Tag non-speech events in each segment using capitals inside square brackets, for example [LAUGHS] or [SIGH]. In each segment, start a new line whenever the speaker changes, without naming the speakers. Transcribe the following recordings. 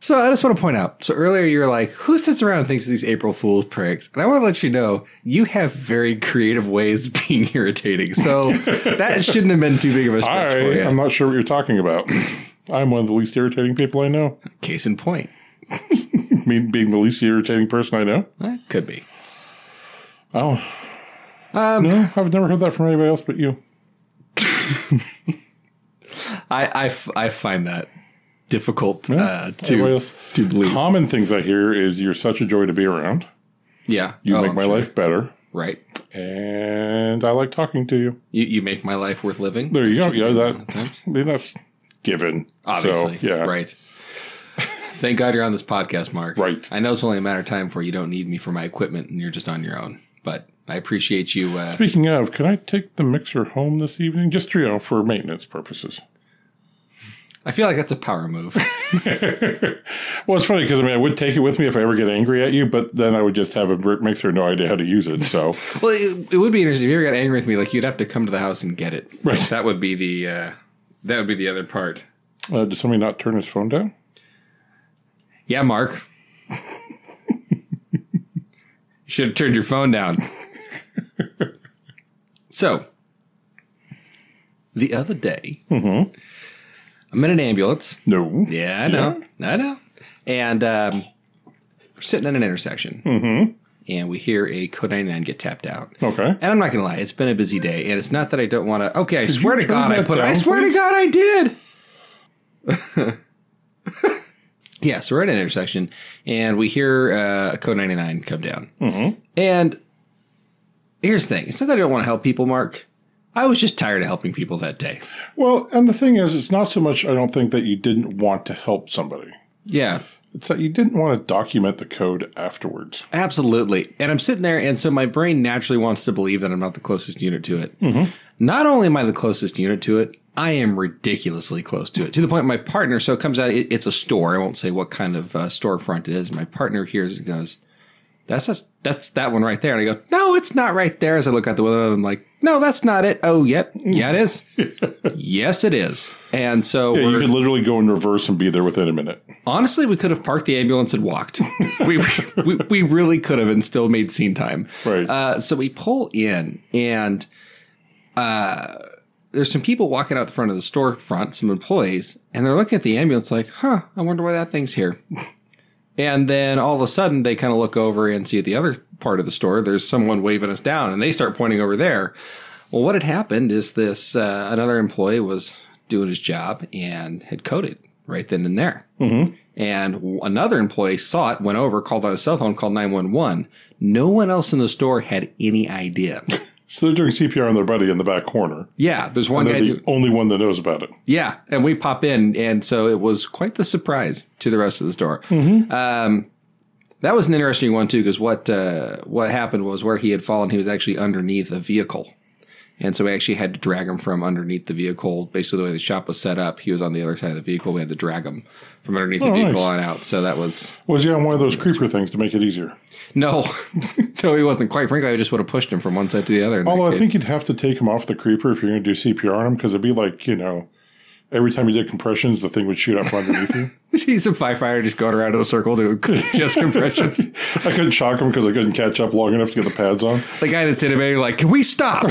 So I just want to point out. So earlier you were like, who sits around and thinks of these April Fool's pranks? And I want to let you know, you have very creative ways of being [LAUGHS] irritating. So that shouldn't have been too big of a
I
stretch for you.
am not sure what you're talking about. [CLEARS THROAT] I'm one of the least irritating people I know.
Case in point.
Me being the least irritating person I know.
Eh, Could be.
Oh. no, I've never heard that from anybody else but Um, you.
I, I f- I find that difficult uh,
everybody
to
else-
to believe.
Common things I hear is you're such a joy to be around.
Yeah,
You
Oh,
make
I'm
my
sure.
life better.
right.
And I like talking to you.
You you make my life worth living.
There you go. Yeah, that,
Sometimes.
I mean, that's given.
Obviously,
So, yeah.
right. Thank God you're on this podcast, Mark.
Right.
I know it's only a matter of time before you don't need me for my equipment and you're just on your own. But I appreciate you. Uh,
Speaking of, can I take the mixer home this evening? Just, you know, for maintenance purposes.
I feel like that's a power
[LAUGHS]
move.
Well, it's funny because I mean, I would take it with me if I ever get angry at you, but then I would just have a brick mixer, no idea how to use it. So,
well, it, it would be interesting if you ever got angry with me. Like you'd have to come to the house and get it.
Right.
That would be the uh, that would be the other part.
uh, did somebody not turn his phone down?
Yeah, Mark. you should have turned your phone down. so, the other day,
Mm-hmm.
I'm in an ambulance.
No.
Yeah, I know. I know. And um, we're sitting at an intersection. Mm-hmm. And we hear a code 99 get tapped out.
Okay.
And I'm not going to lie, it's been a busy day. And it's not that I don't want to. Okay, I swear to
turn
God, I
that
put I
down,
swear
please?
to God, I did. [LAUGHS] yeah, so we're at an intersection. And we hear uh, a code 99 come down. Mm-hmm. And here's the thing it's not that I don't want to help people, Mark. I was just tired of helping people that day.
Well, and the thing is, it's not so much, I don't think, that you didn't want to help somebody,
Yeah.
it's that you didn't want to document the code afterwards.
Absolutely. And I'm sitting there, and so my brain naturally wants to believe that I'm not the closest unit to it.
Mm-hmm.
Not only am I the closest unit to it, I am ridiculously close to it to the point my partner. So it comes out, it, it's a store. I won't say what kind of uh, storefront it is. My partner hears it and goes, that's, that's that's that one right there. And I go, no, it's not right there. As I look out the window, I'm like, no, that's not it. Oh, yep, yeah, it
[LAUGHS]
is. yes, it is. And so
Yeah,
we're,
you could literally go in reverse and be there within a minute.
Honestly, we could have parked the ambulance and walked. we, we we really could have and still made scene time.
Right.
Uh, so we pull in, and uh, there's some people walking out the front of the storefront, some employees, and they're looking at the ambulance like, "Huh, I wonder why that thing's here." [LAUGHS] and then all of a sudden, they kind of look over and see at the other part of the store. There's someone waving us down, and they start pointing over there. Well, what had happened is this: uh, another employee was doing his job and had coded right then and there. And w- another employee saw it, went over, called on his cell phone, called 911. No one else in the store had any
[LAUGHS]
idea.
So they're doing CPR on their buddy in the back corner.
Yeah, there's one guy.
They're the
do-
only one that knows about it.
yeah, and we pop in. And so it was quite the surprise to the rest of the store.
Mm-hmm.
Um, that was an interesting one, too, because what, uh, what happened was where he had fallen, he was actually underneath a vehicle. And so we actually had to drag him from underneath the vehicle. Basically, the way the shop was set up, he was on the other side of the vehicle. We had to drag him from underneath the
Oh,
vehicle
nice.
on out. So that was
Was he on one of those creeper things to make it easier?
No, [LAUGHS] no, he wasn't. Quite frankly, I just would have pushed him from one side to the other. in that
Although I
case. [LAUGHS]
think you'd have to take him off the creeper if you're going to do CPR on him because it'd be like, you know, every time you did compressions, the thing would shoot up from
[LAUGHS]
underneath you.
he's a firefighter just going around in a circle doing [LAUGHS] chest
[LAUGHS]
compression.
I couldn't shock him because I couldn't catch up long enough to get the pads on.
the guy that's in it, like, can we
[LAUGHS]
stop?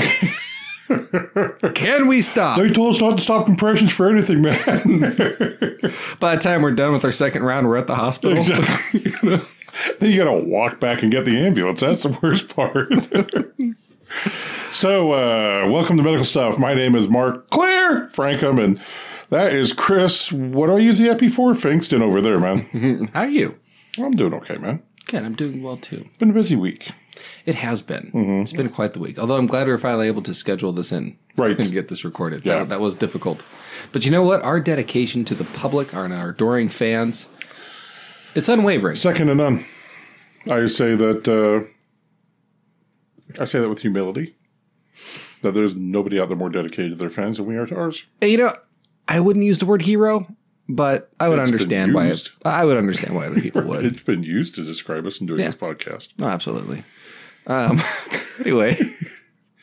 can we stop?
They told us not to stop compressions for anything, man. [LAUGHS]
By the time we're done with our second round, we're at the hospital.
[LAUGHS] then you got to walk back and get the ambulance. That's the worst part. [LAUGHS] so, uh, welcome to Medical Stuff. My name is Mark Claire Frankum, and that is Chris. What do I use the Epi for? Finkston over there, man.
How are you?
I'm doing okay, man.
Good. I'm doing well too.
Been a busy week.
It has been.
Mm-hmm.
It's been quite the week. Although I'm glad we were finally able to schedule this in,
Right.
and get this recorded.
Yeah.
That, that was difficult, but you know what? Our dedication to the public, our, our adoring fans, it's unwavering.
Second to none. I say that. Uh, I say that with humility. That there's nobody out there more dedicated to their fans than we are to ours.
And, you know, I wouldn't use the word hero, but I would
It's been
understand why.
used.
I would understand why other people would.
[LAUGHS] It's been used to describe us in doing
Yeah.
this podcast.
No, absolutely. Um, [LAUGHS] anyway,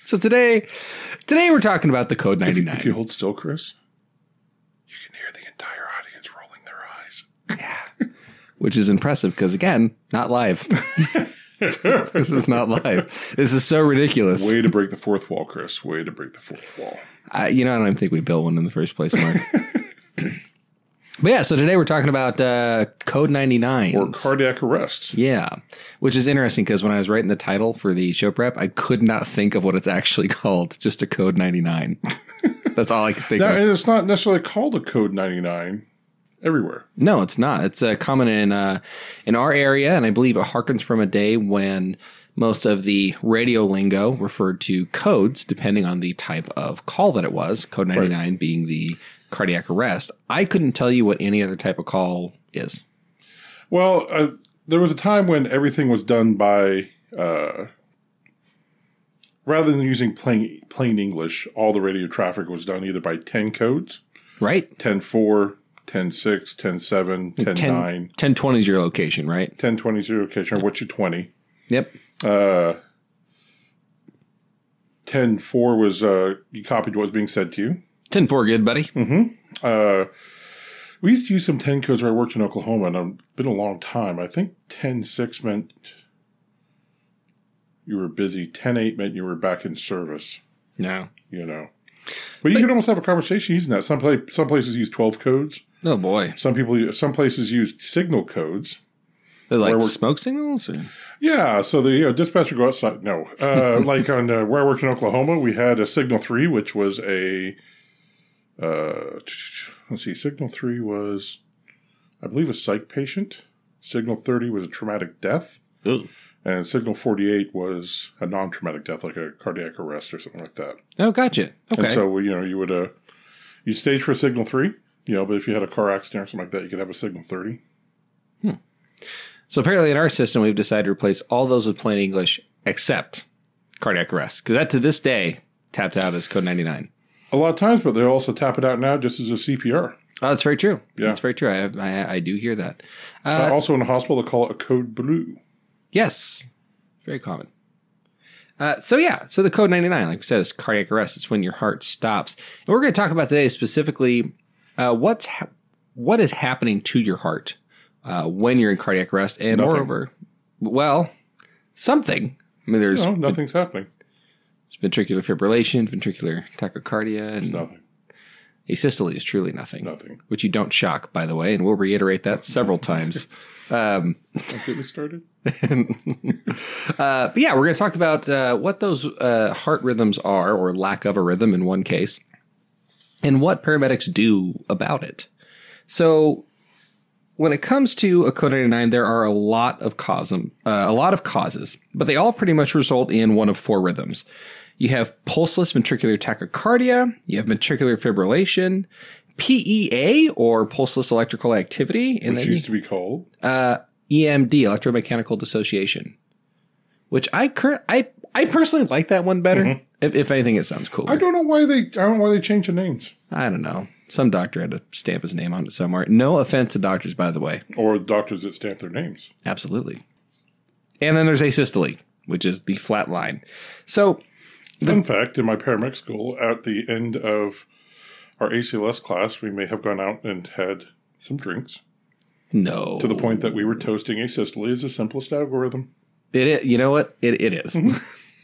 so today, today we're talking about the Code ninety
If you
nine.
hold still, Chris, you can hear the entire audience rolling their eyes.
which is impressive because again, not live. [LAUGHS] this is not live. This is so ridiculous.
Way to break the fourth wall, Chris. Way to break the fourth wall.
I, you know, I don't even think we built one in the first place,
[LAUGHS]
Mark. but yeah, so today we're talking about uh, Code 99.
Or cardiac arrest.
Yeah, which is interesting because when I was writing the title for the show prep, I could not think of what it's [LAUGHS] actually called. Just a code ninety nine. That's all I could think
Now,
of.
and it's not necessarily called a Code 99 everywhere.
No, it's not. It's uh, common in uh, in our area, and I believe it harkens from a day when most of the radio lingo referred to codes, depending on the type of call that it was. Code ninety nine being the cardiac arrest. I couldn't tell you what any other type of call is.
Well, uh, there was a time when everything was done by, uh, rather than using plain, plain English, all the radio traffic was done either by 10 codes
Right?
10 4, 10 6, 10 7, 10 9,
1020 is your location, right?
10 20, 0, okay, or what's your Uh, 20?
Yep.
10 4 was, uh, you copied what was being said to you.
10 4, good buddy.
Uh, we used to use some 10 codes where I worked in Oklahoma, and it's been a long time. I think 10 6 meant you were busy, 10 8 meant you were back in service,
No.
you know. But you can almost have a conversation using that. Some, pla some places use 12 codes.
Oh, boy.
Some people, some places use signal codes.
They're like
Where we're-
smoke signals? Or?
Yeah, so the you know, dispatcher go outside. No, uh, like on uh, where I worked in Oklahoma, we had a signal three, which was a uh, let's see, signal three was, I believe, a psych patient. Signal thirty was a traumatic death, and signal forty eight was a non traumatic death, like a cardiac arrest or something like that.
Oh, gotcha.
And
Okay.
so you know you would uh, you stage for signal three, you know, but if you had a car accident or something like that, you could have a signal thirty.
So apparently, in our system, we've decided to replace all those with plain English except cardiac arrest, because that to this day tapped out as code ninety nine.
A lot of times, but they also tap it out now just as a CPR.
Oh, that's very true.
Yeah.
that's very true. I have, I, I do hear that.
Uh, also in the hospital, they call it a code blue.
Yes, very common. Uh, so yeah, so the code 99, like we said, is cardiac arrest. It's when your heart stops, and we're going to talk about today specifically uh, what's ha- what is happening to your heart uh, when you're in cardiac arrest, and
Nothing.
moreover, well, something. I mean, there's
No, nothing's happening.
ventricular fibrillation, ventricular tachycardia, and
Nothing.
asystole is truly nothing.
Nothing.
Which you don't shock, by the way, and we'll reiterate that several
[LAUGHS]
times.
Don't get me started.
Uh, but yeah, we're going to talk about uh, what those uh, heart rhythms are, or lack of a rhythm in one case, and what paramedics do about it. So, when it comes to a code 99, there are a lot of cause, uh, a lot of causes, but they all pretty much result in one of four rhythms. You have pulseless ventricular tachycardia, you have ventricular fibrillation, PEA or pulseless electrical activity, and
Which
then you
used to be called.
EMD, E electromechanical dissociation, which I cur- I I personally like that one better. If, if anything, it sounds cooler.
Mm-hmm. I don't know why they. I don't know why they changed the names.
I don't know. Some doctor had to stamp his name on it somewhere. No offense to doctors, by the way.
Or doctors that stamp their names.
Absolutely. And then there's asystole, which is the flat line. So
Fun fact: In my paramedic school, at the end of our ACLS class, we may have gone out and had some drinks
no,
to the point that we were toasting asystole is the simplest algorithm.
It is, you know what? It, it is.
Mm-hmm.
[LAUGHS]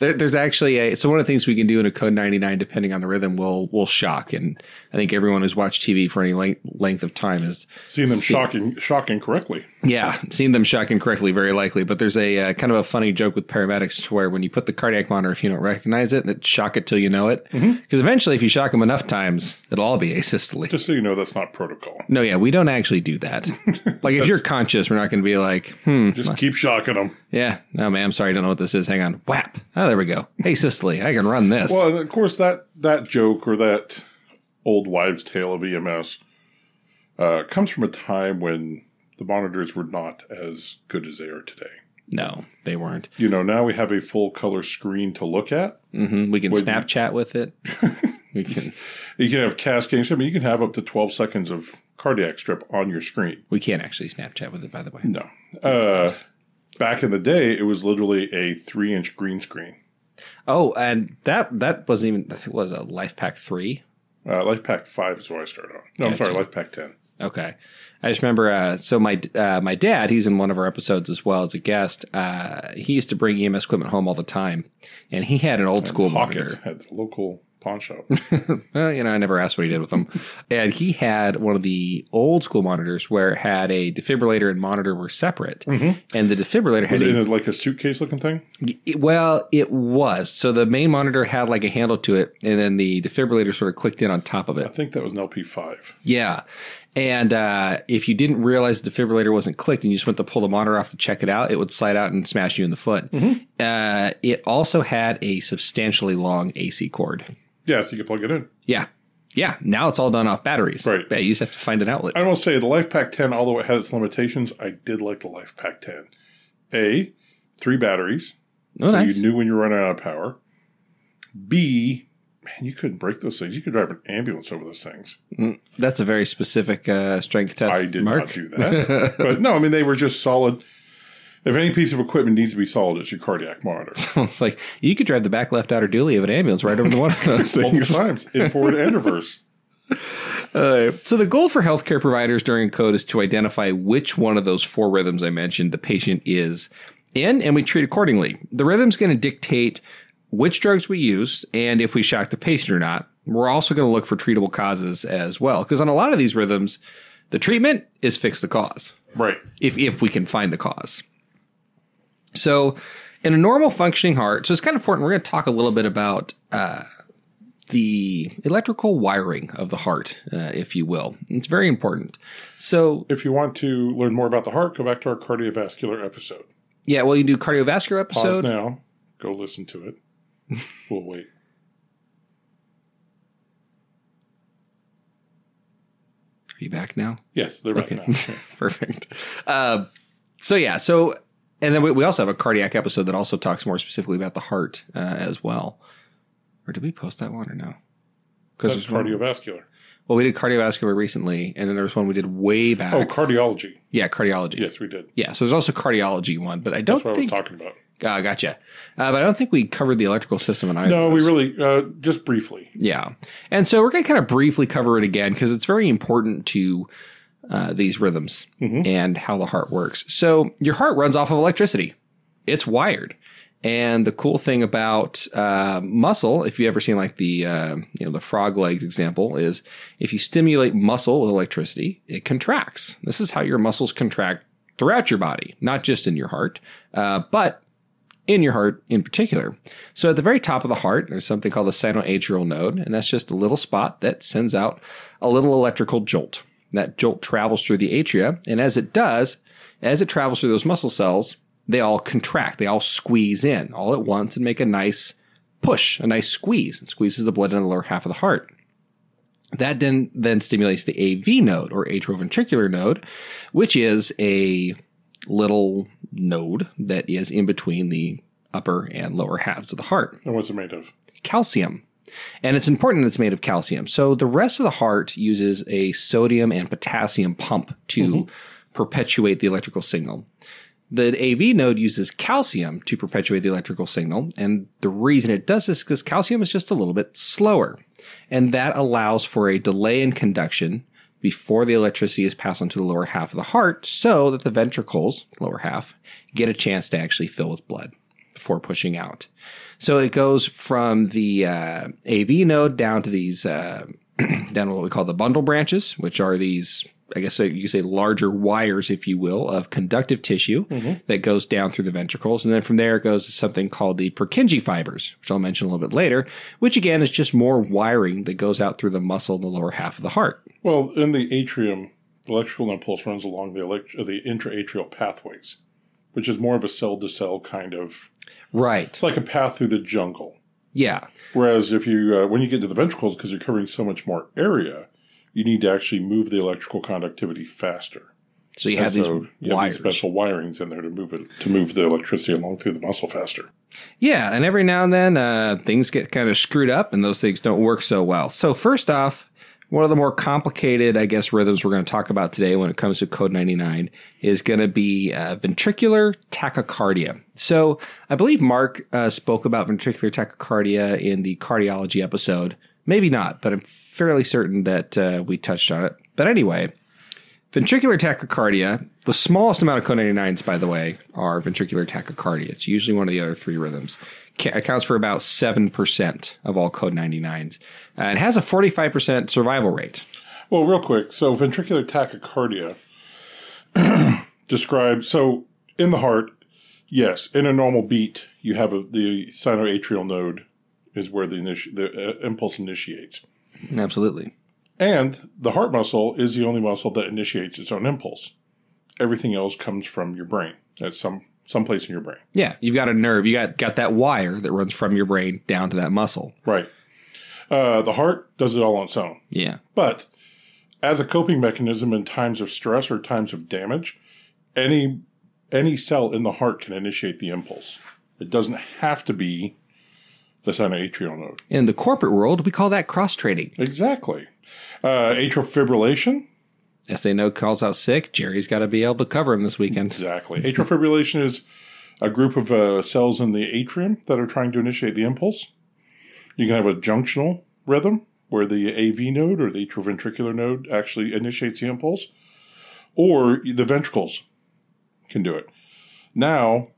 there, there's actually a so one of the things we can do in a code 99 depending on the rhythm will will shock and I think everyone who's watched TV for any length, length of time is
Seeing them
See.
shocking, shocking correctly.
Yeah, seeing them shock incorrectly, very likely. But there's a uh, kind of a funny joke with paramedics to where when you put the cardiac monitor, if you don't recognize it, that shock it till you know it. Because eventually, if you shock them enough times, it'll all be asystole.
Mm-hmm. Just so you know, that's not protocol.
No, yeah, we don't actually do
[LAUGHS]
that. like if you're conscious, we're not going to be like, hmm,
Just keep shocking them.
yeah, no, man, I'm sorry, I don't know what this is. Hang on, whap. Oh, there we go. Asystole, I can run this.
Well, and of course that that joke or that old wives' tale of EMS uh, comes from a time when the monitors were not as good as they are today.
no, they weren't.
You know, now we have a full color screen to look at.
hmm We can Snapchat with
[LAUGHS]
it. we can.
You can have cascading. I mean, you can have up to twelve seconds of cardiac strip on your screen.
We can't actually Snapchat with it, by the way.
No, uh, back in the day, it was literally a three-inch green screen.
Oh, and that that wasn't even. I think it was a Life Pack three.
Uh, Life Pack Five is what I started on. No, I'm sorry,
Gotcha.
Life Pack Ten.
Okay. I just remember. Uh, so my uh, my dad, he's in one of our episodes as well as a guest. Uh, he used to bring EMS equipment home all the time, and he had an old school
Pocket
monitor.
at the local pawn
[LAUGHS]
shop.
Well, you know, I never asked what he did with
[LAUGHS]
them. and he had one of the old school monitors where it had a defibrillator and monitor were separate, and the defibrillator had
Mm-hmm. Was
a
it in like a suitcase looking thing?
It- well, it was. So the main monitor had like a handle to it, and then the defibrillator sort of clicked in on top of
I
it.
think that was an LP5.
Yeah. And uh, if you didn't realize the defibrillator wasn't clicked and you just went to pull the monitor off to check it out, it would slide out and smash you in the foot.
Mm-hmm.
Uh, it also had a substantially long AC cord.
Yeah, so you could plug it in.
Yeah. Yeah. Now it's all done off batteries.
Right.
Yeah. You just have to find an outlet.
I will say the Life Pack 10, although it had its limitations, I did like the Life Pack 10. A, three batteries.
Oh,
so
nice.
you knew when you were running out of power. B, man, you couldn't break those things. You could drive an ambulance over those things.
That's a very specific uh, strength test.
I did
Mark. [LAUGHS]
not do that. but no, I mean, they were just solid. If any piece of equipment needs to be solid, it's your
[LAUGHS]
cardiac monitor.
it's like you could drive the back left outer dually of an ambulance right over the one of
[LAUGHS]
those
Multiple
things.
times in forward
[LAUGHS]
and reverse.
Uh, so the goal for healthcare providers during code is to identify which one of those four rhythms I mentioned the patient is in, and we treat accordingly. The rhythm's going to dictate which drugs we use and if we shock the patient or not. We're also going to look for treatable causes as well, because on a lot of these rhythms, the treatment is fix the cause
Right.
if if we can find the cause. So, in a normal functioning heart, so it's kind of important. We're going to talk a little bit about uh, the electrical wiring of the heart, uh, if you will. It's very important. So,
If you want to learn more about the heart, go back to our cardiovascular episode.
yeah, well, you do cardiovascular
Pause
episode.
now. Go listen to it. We'll wait.
Are you back now?
Yes,
[LAUGHS]
they're back now.
Perfect. Uh, so yeah, so and then we, we also have a cardiac episode that also talks more specifically about the heart uh, as well. Or did we post that one or no? Because
That's cardiovascular.
Well, we did cardiovascular recently, and then there was one we did way back.
Oh, cardiology.
yeah, cardiology.
Yes, we did.
Yeah, so there's also cardiology one, but I don't
That's what I was
think.
talking about.
Ah, gotcha. Uh, but I don't think we covered the electrical system in either.
No,
of
we
those.
really uh, just briefly.
Yeah, and so we're going to kind of briefly cover it again because it's very important to uh, these rhythms and how the heart works. So your heart runs off of electricity; it's wired. And the cool thing about uh, muscle, if you ever seen like the uh, you know the frog legs example, is if you stimulate muscle with electricity, it contracts. This is how your muscles contract throughout your body, not just in your heart, uh, but in your heart in particular. So at the very top of the heart, there's something called the sinoatrial node, and that's just a little spot that sends out a little electrical jolt. That jolt travels through the atria, and as it does, as it travels through those muscle cells, they all contract, they all squeeze in all at once and make a nice push, a nice squeeze, and squeezes the blood in the lower half of the heart. That then then stimulates the AV node or atrioventricular node, which is a little node that is in between the upper and lower halves of the heart.
And what's it made of?
Calcium. And it's important that it's made of calcium. So the rest of the heart uses a sodium and potassium pump to perpetuate the electrical signal. The AV node uses calcium to perpetuate the electrical signal. And the reason it does this is because calcium is just a little bit slower. And that allows for a delay in conduction before the electricity is passed onto the lower half of the heart so that the ventricles, lower half, get a chance to actually fill with blood before pushing out. So it goes from the uh, AV node down to these, uh, [CLEARS THROAT] down to what we call the bundle branches, which are these, I guess you could say larger wires, if you will, of conductive tissue
Mm-hmm.
that goes down through the ventricles. And then from there it goes to something called the Purkinje fibers, which I'll mention a little bit later, which again is just more wiring that goes out through the muscle in the lower half of the heart.
Well, in the atrium, electrical impulse runs along the elect- uh, the intraatrial pathways, which is more of a cell to cell kind of.
Right.
It's like a path through the jungle.
Yeah.
Whereas if you uh, when you get to the ventricles, because you're covering so much more area, you need to actually move the electrical conductivity faster.
So you
And
have
so
these
you have
wires.
these special wirings in there to move it to move the electricity along through the muscle faster.
Yeah, and every now and then uh, things get kind of screwed up and those things don't work so well. So, first off, one of the more complicated, I guess, rhythms we're going to talk about today when it comes to code 99 is going to be uh, ventricular tachycardia. So, I believe Mark uh, spoke about ventricular tachycardia in the cardiology episode. Maybe not, but I'm fairly certain that uh, we touched on it. But anyway, Ventricular tachycardia, the smallest amount of co99s, by the way, are ventricular tachycardia. It's usually one of the other three rhythms. Ca- accounts for about 7% of all code 99s and has a 45% survival rate.
Well, real quick, so ventricular tachycardia [CLEARS THROAT] describes so in the heart, yes, in a normal beat, you have a, the sinoatrial node is where the, initi- the uh, impulse initiates,
Absolutely.
and the heart muscle is the only muscle that initiates its own impulse. Everything else comes from your brain at some someplace in your brain,
Yeah, you've got a nerve. You got got that wire that runs from your brain down to that muscle.
right? Uh, the heart does it all on its own.
Yeah.
But as a coping mechanism in times of stress or times of damage, any any cell in the heart can initiate the impulse. It doesn't have to be the sinoatrial node.
In the corporate world, we call that cross training.
Exactly. Uh, atrial fibrillation.
SA Node calls out sick. Jerry's got to be able to cover him this weekend.
Exactly. [LAUGHS] Atrial fibrillation is a group of uh, cells in the atrium that are trying to initiate the impulse. You can have a junctional rhythm where the AV node or the atrioventricular node actually initiates the impulse, or the ventricles can do it. Now,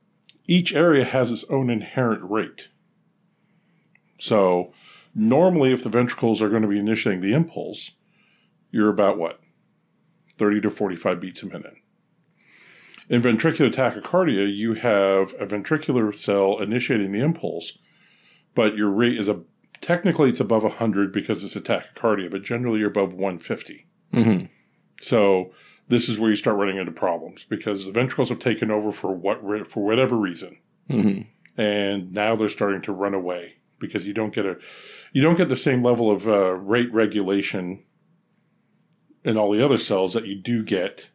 each area has its own inherent rate. So, normally, if the ventricles are going to be initiating the impulse, you're about what? 30 to 45 beats a minute. In ventricular tachycardia, you have a ventricular cell initiating the impulse, but your rate is a technically it's above 100 because it's a tachycardia, but generally you're above 150.
Mm-hmm.
So this is where you start running into problems because the ventricles have taken over for what re- for whatever reason,
Mm-hmm.
and now they're starting to run away because you don't get a you don't get the same level of uh, rate regulation in all the other cells that you do get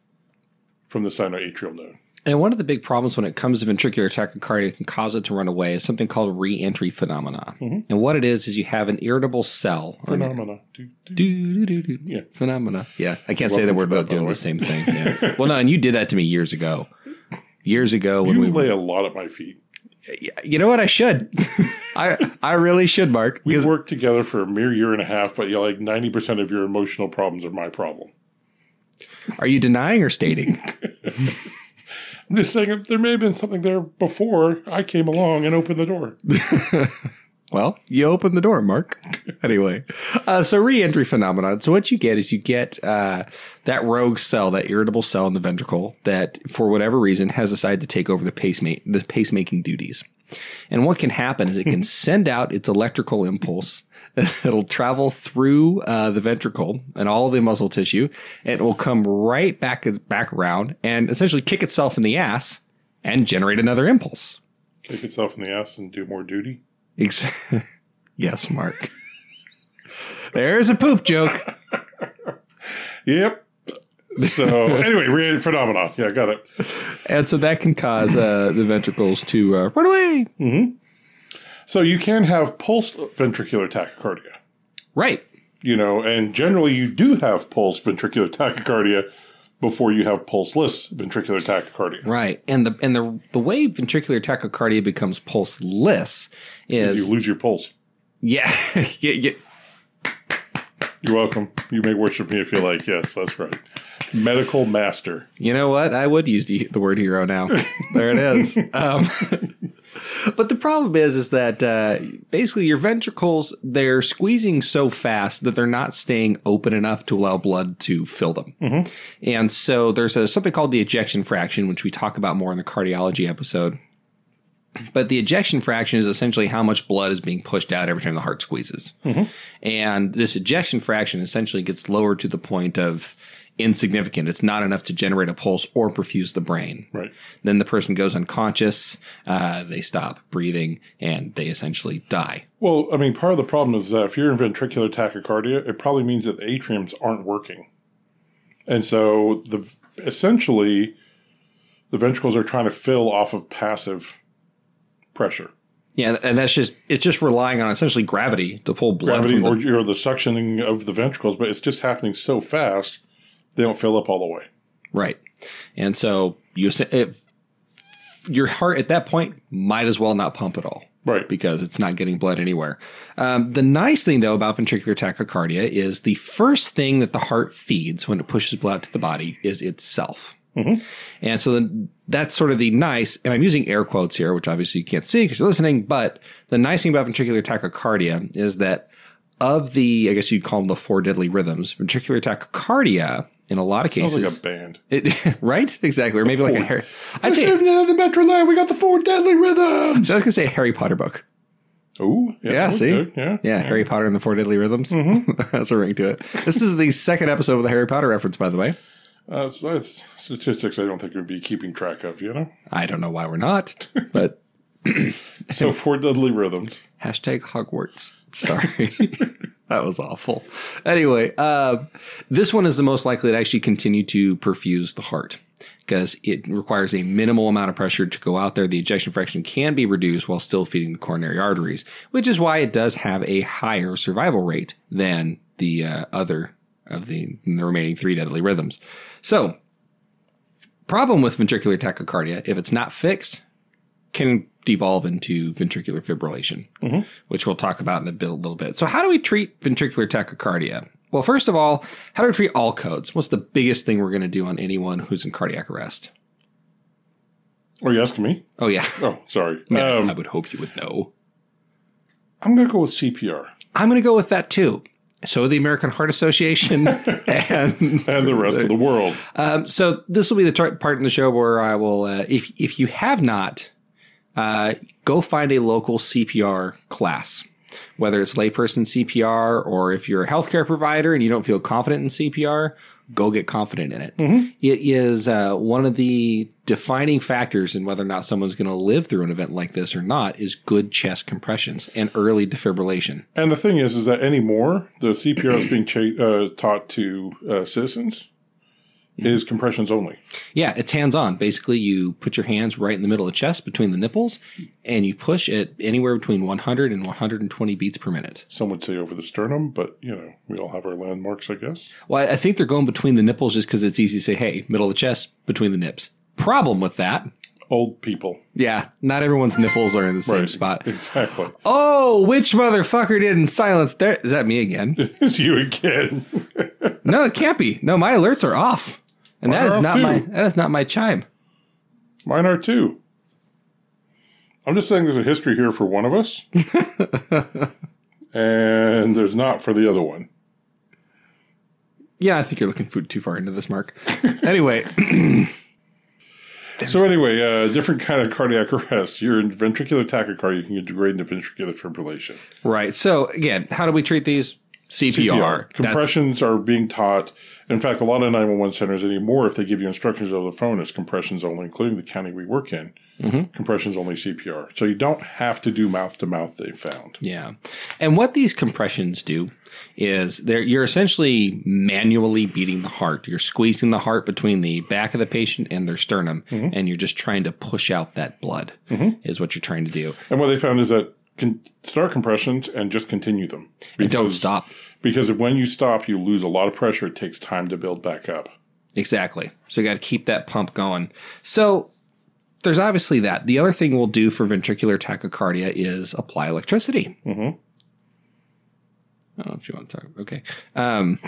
from the sinoatrial node.
And one of the big problems when it comes to ventricular tachycardia that can cause it to run away is something called re-entry phenomena.
Mhm.
And what it is is you have an irritable cell. or an-
Phenomena. Do, do.
Do, do, do, do.
Yeah.
Phenomena. Yeah. I can't say that
welcome
we're
for that,
both
by
doing
the way.
the same thing. Yeah. well, no, and you did that to me years ago. Years ago when
you
we
lay a lot at my feet.
You know what? I should. [LAUGHS] I I really should, Mark.
We
Because
worked together for a mere year and a half, but you're like ninety percent of your emotional problems are my problem.
are you denying or stating?
I'm just saying there may have been something there before I came along and opened the door.
well, you opened the door, Mark. [LAUGHS] anyway, uh, so re-entry phenomenon. So what you get is you get uh, that rogue cell, that irritable cell in the ventricle that, for whatever reason, has decided to take over the pacema- the pacemaking duties. And what can happen is it can send out its electrical impulse. [LAUGHS] It'll travel through uh, the ventricle and all the muscle tissue. And it will come right back back around and essentially kick itself in the ass and generate another impulse.
Kick itself in the ass and do more duty.
Ex- [LAUGHS] yes, Mark. There's a poop joke.
Yep. So anyway, re- phenomena. Yeah, got it.
And so that can cause uh, the ventricles to uh, run away.
So you can have pulsed ventricular tachycardia.
Right.
you know, and generally you do have pulse ventricular tachycardia before you have pulseless ventricular tachycardia.
Right. And the and the the way ventricular tachycardia becomes pulseless
You
is
lose your pulse.
yeah, [LAUGHS] yeah, yeah.
You're welcome. You may worship me if you like. Yes, that's right. Medical master.
You know what? I would use the the word hero [LAUGHS] now. There it is. Um, [LAUGHS] but the problem is, is that uh, basically your ventricles they're squeezing so fast that they're not staying open enough to allow blood to fill them. And so there's a, something called the ejection fraction, which we talk about more in the cardiology episode. But the ejection fraction is essentially how much blood is being pushed out every time the heart squeezes. And this ejection fraction essentially gets lowered to the point of insignificant. It's not enough to generate a pulse or perfuse the brain.
Right.
Then the person goes unconscious, uh, they stop breathing, and they essentially die.
Well, I mean, part of the problem is that if you're in ventricular tachycardia, it probably means that the atriums aren't working. And so the essentially the ventricles are trying to fill off of passive pressure.
Yeah, and that's just it's just relying on essentially gravity to pull blood
gravity
from the
or, or the suctioning of the ventricles, but it's just happening so fast they don't fill up all the way.
Right. And so you if your heart at that point might as well not pump at all.
Right.
because it's not getting blood anywhere. Um, the nice thing, though, about ventricular tachycardia is the first thing that the heart feeds when it pushes blood to the body is itself.
Mm-hmm.
And so then that's sort of the nice, and I'm using air quotes here, which obviously you can't see because you're listening, but the nice thing about ventricular tachycardia is that of the, I guess you'd call them the four deadly rhythms, ventricular tachycardia, in a lot of
Sounds
cases,
like a band.
it, [LAUGHS] right? Exactly. Or maybe like a Harry. I'd
Let's
say,
have another Metro Line. We got the four deadly rhythms.
so I was going to say a Harry Potter book.
Oh,
Yeah, see?
Yeah.
Yeah, Harry Potter and the Four Deadly Rhythms. [LAUGHS] That's a ring to it. This is the second episode with a Harry Potter reference, by the way.
Uh, so that's statistics I don't think we'd be keeping track of, you know?
I don't know why we're not, but
So, [LAUGHS] four deadly rhythms.
hashtag Hogwarts. Sorry. [LAUGHS] that was awful. Anyway, uh, this one is the most likely to actually continue to perfuse the heart because it requires a minimal amount of pressure to go out there. The ejection fraction can be reduced while still feeding the coronary arteries, which is why it does have a higher survival rate than the uh, other of the, the remaining three deadly rhythms. So, problem with ventricular tachycardia, if it's not fixed, can devolve into ventricular fibrillation, which we'll talk about in a bit, little bit. So, how do we treat ventricular tachycardia? Well, first of all, how do we treat all codes? What's the biggest thing we're going to do on anyone who's in cardiac arrest?
Are you asking me?
Oh yeah,
Oh, sorry.
[LAUGHS] I
Um,
would hope you would know.
I'm going to go with CPR
I'm going to go with that too. So the American Heart Association
[LAUGHS]
and
and the
[LAUGHS]
rest of the world.
Um, so this will be the tar- part in the show where I will, uh, if if you have not, uh, go find a local CPR class, whether it's layperson CPR or if you're a healthcare provider and you don't feel confident in CPR, go get confident in it. It is uh, one of the defining factors in whether or not someone's going to live through an event like this or not is good chest compressions and early defibrillation.
And the thing is, is that anymore, the CPR is being cha- uh, taught to uh, citizens
Mm-hmm.
is compressions only.
Yeah, it's hands on. Basically, you put your hands right in the middle of the chest between the nipples and you push at anywhere between 100 and 120 beats per minute.
Some would say over the sternum, but, you know, we all have our landmarks, I guess.
Well, I I think they're going between the nipples just because it's easy to say, hey, middle of the chest, between the nips. Problem with that.
Old people.
Yeah, not everyone's nipples are in the same
Right.
spot.
[LAUGHS] Exactly.
Oh, which motherfucker didn't silence there? Is that me
[LAUGHS]
again?
It's you again. [LAUGHS]
no, it can't be. No, my alerts are off. And
Mine
that
are
is
off
not
too.
my that is not my chime.
Mine are too. I'm just saying there's a history here for one of us, and there's not for the other one.
Yeah, I think you're looking food too far into this, Mark. Anyway,
so, anyway, uh, different kind of cardiac [LAUGHS] arrest. You're in ventricular tachycardia, you can degrade into ventricular fibrillation.
Right. So again, how do we treat these? CPR. That's-
Compressions are being taught. In fact, a lot of 911 centers anymore, if they give you instructions over the phone, it's compressions only, including the county we work in. Compressions only CPR. So you don't have to do mouth to mouth, they found.
Yeah. And what these compressions do is they're, you're essentially manually beating the heart. You're squeezing the heart between the back of the patient and their sternum, and you're just trying to push out that blood, is what you're trying to do.
And what they found is that can start compressions and just continue them.
And don't
Because-
stop.
Because when you stop, you lose a lot of pressure. It takes time to build back up.
Exactly. So you got to keep that pump going. So there's obviously that. The other thing we'll do for ventricular tachycardia is apply electricity. Mm-hmm. I don't know if you want to talk. Okay. Um,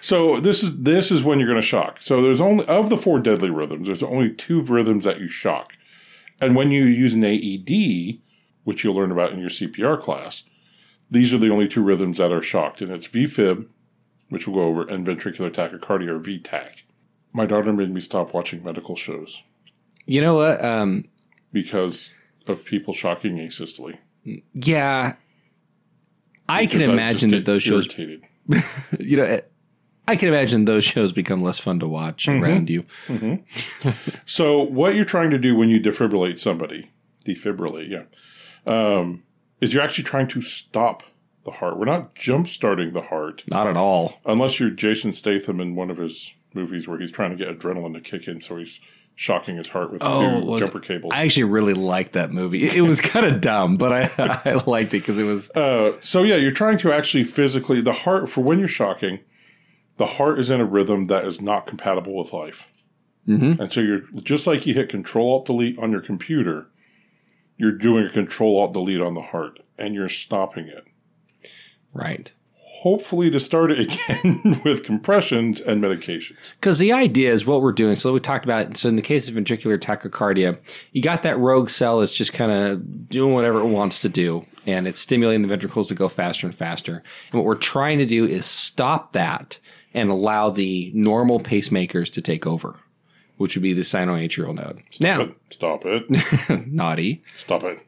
So this is this is when you're going to shock. So there's only of the four deadly rhythms. There's only two rhythms that you shock, and when you use an AED, which you'll learn about in your CPR class, these are the only two rhythms that are shocked, and it's VFib, which we'll go over, and ventricular tachycardia or VTAC. My daughter made me stop watching medical shows
You know what? Um,
because of people shocking asystole.
yeah, I can
Because
imagine
just
that those
get
shows.
irritated.
You know, eh, I can imagine those shows become less fun to watch around you.
So what you're trying to do when you defibrillate somebody, defibrillate, yeah, um, is you're actually trying to stop the heart. We're not jump starting the heart
Not at all.
unless you're Jason Statham in one of his movies where he's trying to get adrenaline to kick in, so he's shocking his heart with
Oh,
two
was-
jumper cables.
I actually really liked that movie. It, it was [LAUGHS] kind of dumb, but I, [LAUGHS] I liked it because it was
uh, so yeah, you're trying to actually physically the heart for when you're shocking. The heart is in a rhythm that is not compatible with life,
Mhm.
and so you're just like you hit Control Alt Delete on your computer. you're doing a control alt delete on the heart and you're stopping it.
Right.
Hopefully to start it again [LAUGHS] with compressions and medications.
Because the idea is what we're doing. So we talked about. So in the case of ventricular tachycardia, you got that rogue cell that's just kind of doing whatever it wants to do, and it's stimulating the ventricles to go faster and faster. And what we're trying to do is stop that and allow the normal pacemakers to take over, which would be the sinoatrial node. now, [LAUGHS]
Stop it.
naughty.
Stop it.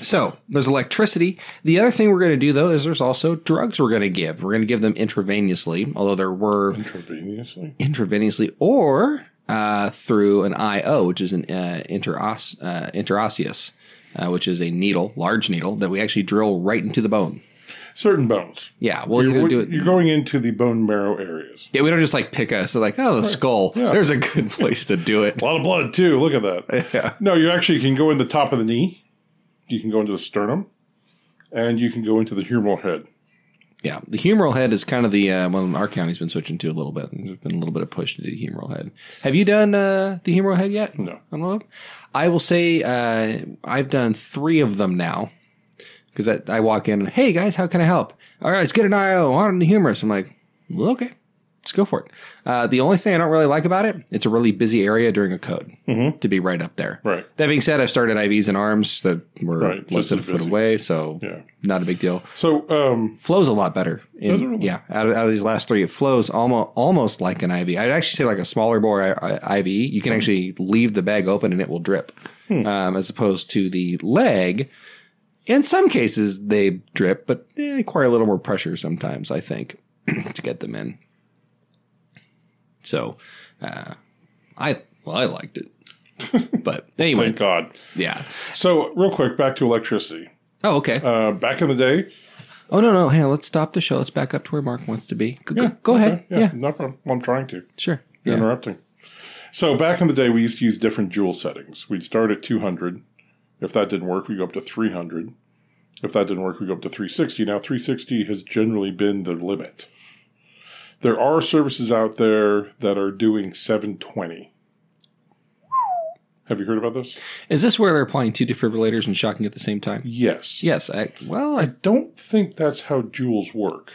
So there's electricity. The other thing we're going to do though is there's also drugs we're going to give. We're going to give them intravenously, although there were
Intravenously.
intravenously or uh, through an IO, which is an uh, interos- uh, interosseous, uh, which is a needle, large needle that we actually drill right into the bone.
Certain bones.
Yeah, well, you're
You're,
going to do it.
you're going into the bone marrow areas.
Yeah, we don't just like pick us. So like, oh, the skull.
Yeah.
There's a good place to do it.
A lot of blood too. Look at
[LAUGHS]
that.
Yeah.
No, you actually can go in the top of the knee. You can go into the sternum, and you can go into the humeral head.
Yeah, the humeral head is kind of the uh, one our county's been switching to a little bit. There's been a little bit of push to do the humeral head. Have you done uh, the humeral head yet?
No.
I don't know. I will say uh, I've done three of them now because I, I walk in and hey guys, how can I help? All right, let's get an IO on the humerus. I'm like, well, okay, let's go for it. Uh, the only thing I don't really like about it, it's a really busy area during a code to be right up there.
Mm-hmm. Right.
That being said, I've started IVs and arms that were
Right,
less
just
than a
as
foot
busy.
away, so
Yeah.
not a big deal
So, um,
flows a lot better. In,
Does it really?
Yeah, out of, out of these last three, it flows almost almost like an IV. I'd actually say like a smaller bore I- I- IV. You
Hmm.
can actually leave the bag open and it will drip, um, as opposed to the leg. In some cases, they drip, but they require a little more pressure sometimes. I think [CLEARS THROAT] to get them in. So, uh, I well, I liked it,
[LAUGHS]
but anyway,
thank God.
yeah.
So, real quick, back to electricity.
Oh, okay.
Uh, back in the day,
oh no, no. Hey, let's stop the show. Let's back up to where Mark wants to be. Go, go, go
okay,
ahead. yeah.
no problem. I'm trying to.
Sure.
You're
Yeah.
interrupting. So, back in the day, we used to use different joule settings. We'd start at 200. If that didn't work, we go up to 300. If that didn't work, we go up to 360. Now, 360 has generally been the limit. There are services out there that are doing 720. Have you heard about this?
Is this where they're applying two defibrillators and shocking at the same time?
Yes.
Yes. I, well,
I
I,
don't think that's how joules work.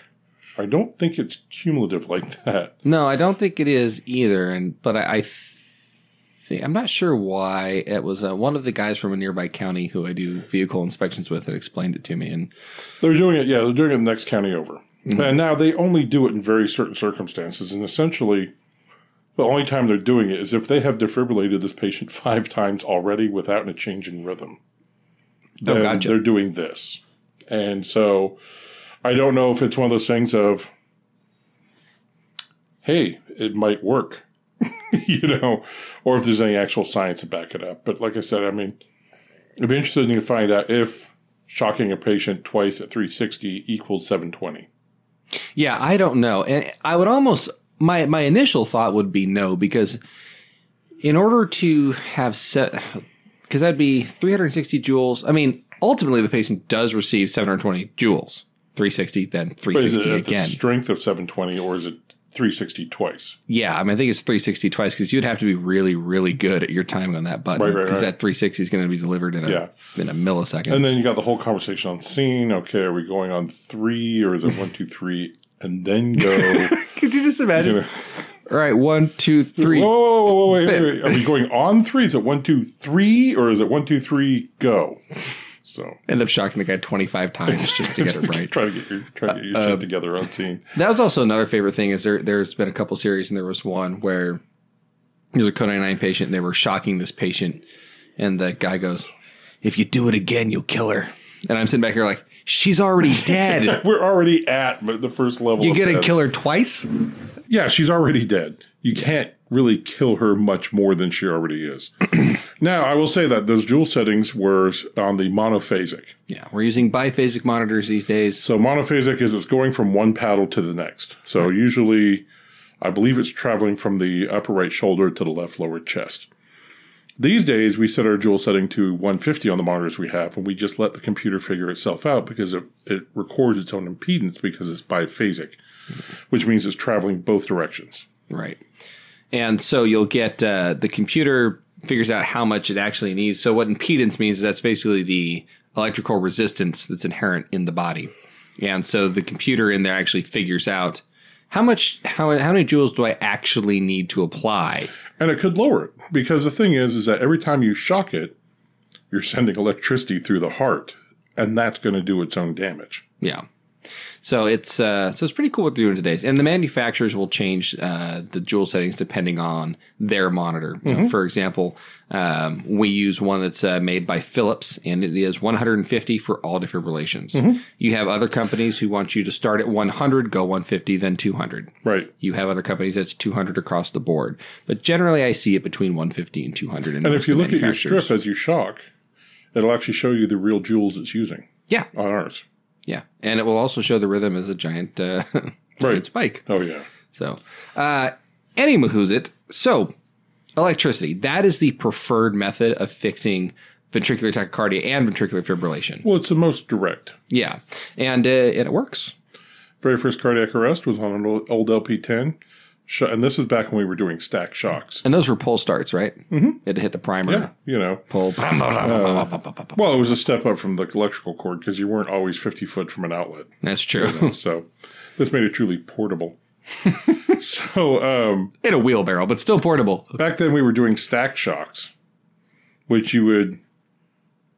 I don't think it's cumulative like [LAUGHS] that.
no, I don't think it is either. And but I, I think I'm not sure why it was uh, one of the guys from a nearby county who I do vehicle inspections with that explained it to me. And
They're doing it, yeah, they're doing it in the next county over.
Mm-hmm.
And now they only do it in very certain circumstances. And essentially, the only time they're doing it is if they have defibrillated this patient [LAUGHS] five times already without a change in rhythm.
oh,
Then
gotcha.
They're doing this. And so I don't know if it's one of those things of, hey, it might work, [LAUGHS] you know, or if there's any actual science to back it up. But like I said, I mean, it'd be interesting to find out if shocking a patient twice at 360 equals 720.
Yeah, I don't know. And I would almost my my initial thought would be no because in order to have set because that'd be 360 joules. I mean, ultimately the patient does receive 720 joules. 360 then
But is it
360
at
again.
the strength of 720 or is it 360 twice?
Yeah, I mean, I think it's 360 twice because you'd have to be really, really good at your timing on that button
Right,
because
right, right.
that 360 is going to be delivered in a
Yeah.
in a millisecond.
And then you got the whole conversation on scene. Okay, are we going on three or is it one, two, three? And then go.
Could you just imagine? All right, one, two, [LAUGHS] three.
Whoa, whoa, whoa, whoa, wait, wait, wait. Are we going on three? Is it one, two, three, or is it one, two, three, go? So
End up shocking the guy 25
[LAUGHS]
times just to get it right. Uh,
try to get your try to get your shit together on scene.
That was also another favorite thing is there. There's been a couple series, and there was one where there was a code 99 patient. And they were shocking this patient, and the guy goes, "If you do it again, you'll kill her." And I'm sitting back here like, "She's already
[LAUGHS]
dead.
We're already at the first level.
you
of
gonna
death.
kill her twice?"
Yeah, she's already dead. You can't really kill her much more than she already is. [CLEARS THROAT] now, I will say that those jewel settings were on the monophasic.
Yeah, we're using biphasic monitors these days.
So monophasic is it's going from one paddle to the next. So usually, I believe it's traveling from the upper right shoulder to the left lower chest. These days, we set our joule setting to 150 on the monitors we have, and we just let the computer figure itself out because it, it records its own impedance because it's biphasic, which means it's traveling both directions.
Right. And so you'll get uh, the computer figures out how much it actually needs. So what impedance means is that's basically the electrical resistance that's inherent in the body. And so the computer in there actually figures out how much how how many joules do I actually need to apply?
and it could lower it because the thing is is that every time you shock it you're sending electricity through the heart and that's going to do its own damage
Yeah. So it's uh, so it's pretty cool what they're doing today. And the manufacturers will change uh, the joule settings depending on their monitor. You know,
Mm-hmm.
for example, um, we use one that's uh, made by Philips, and it is 150 for all defibrillations.
Mm-hmm.
You have other companies who want you to start at 100, go 150, then 200.
right
You have other companies that's 200 across the board, but generally I see it between 150 and 200.
and if you look at your strip as you shock it'll actually show you the real joules it's using
yeah,
on ours
yeah, and it will also show the rhythm as a giant, uh, [LAUGHS] giant
Right.
spike.
oh yeah
So, uh, any mahoos it. So, electricity. That is the preferred method of fixing ventricular tachycardia and ventricular fibrillation.
well it's the most direct
Yeah. And, uh, and it works.
very first cardiac arrest was on an old old lp10 sh- and this is back when we were doing stack shocks
And those were pull starts, right? Mm-hmm. You had to hit the primer.
yeah you know
Pull. bam, bam, bam, bam, bam, bam, bam, bam.
well it was a step up from the electrical cord because you weren't always 50 foot from an outlet
[LAUGHS] That's true.
so this made it truly portable [LAUGHS] so um
[LAUGHS] in a wheelbarrow, but still portable.
back then we were doing stack shocks, which you would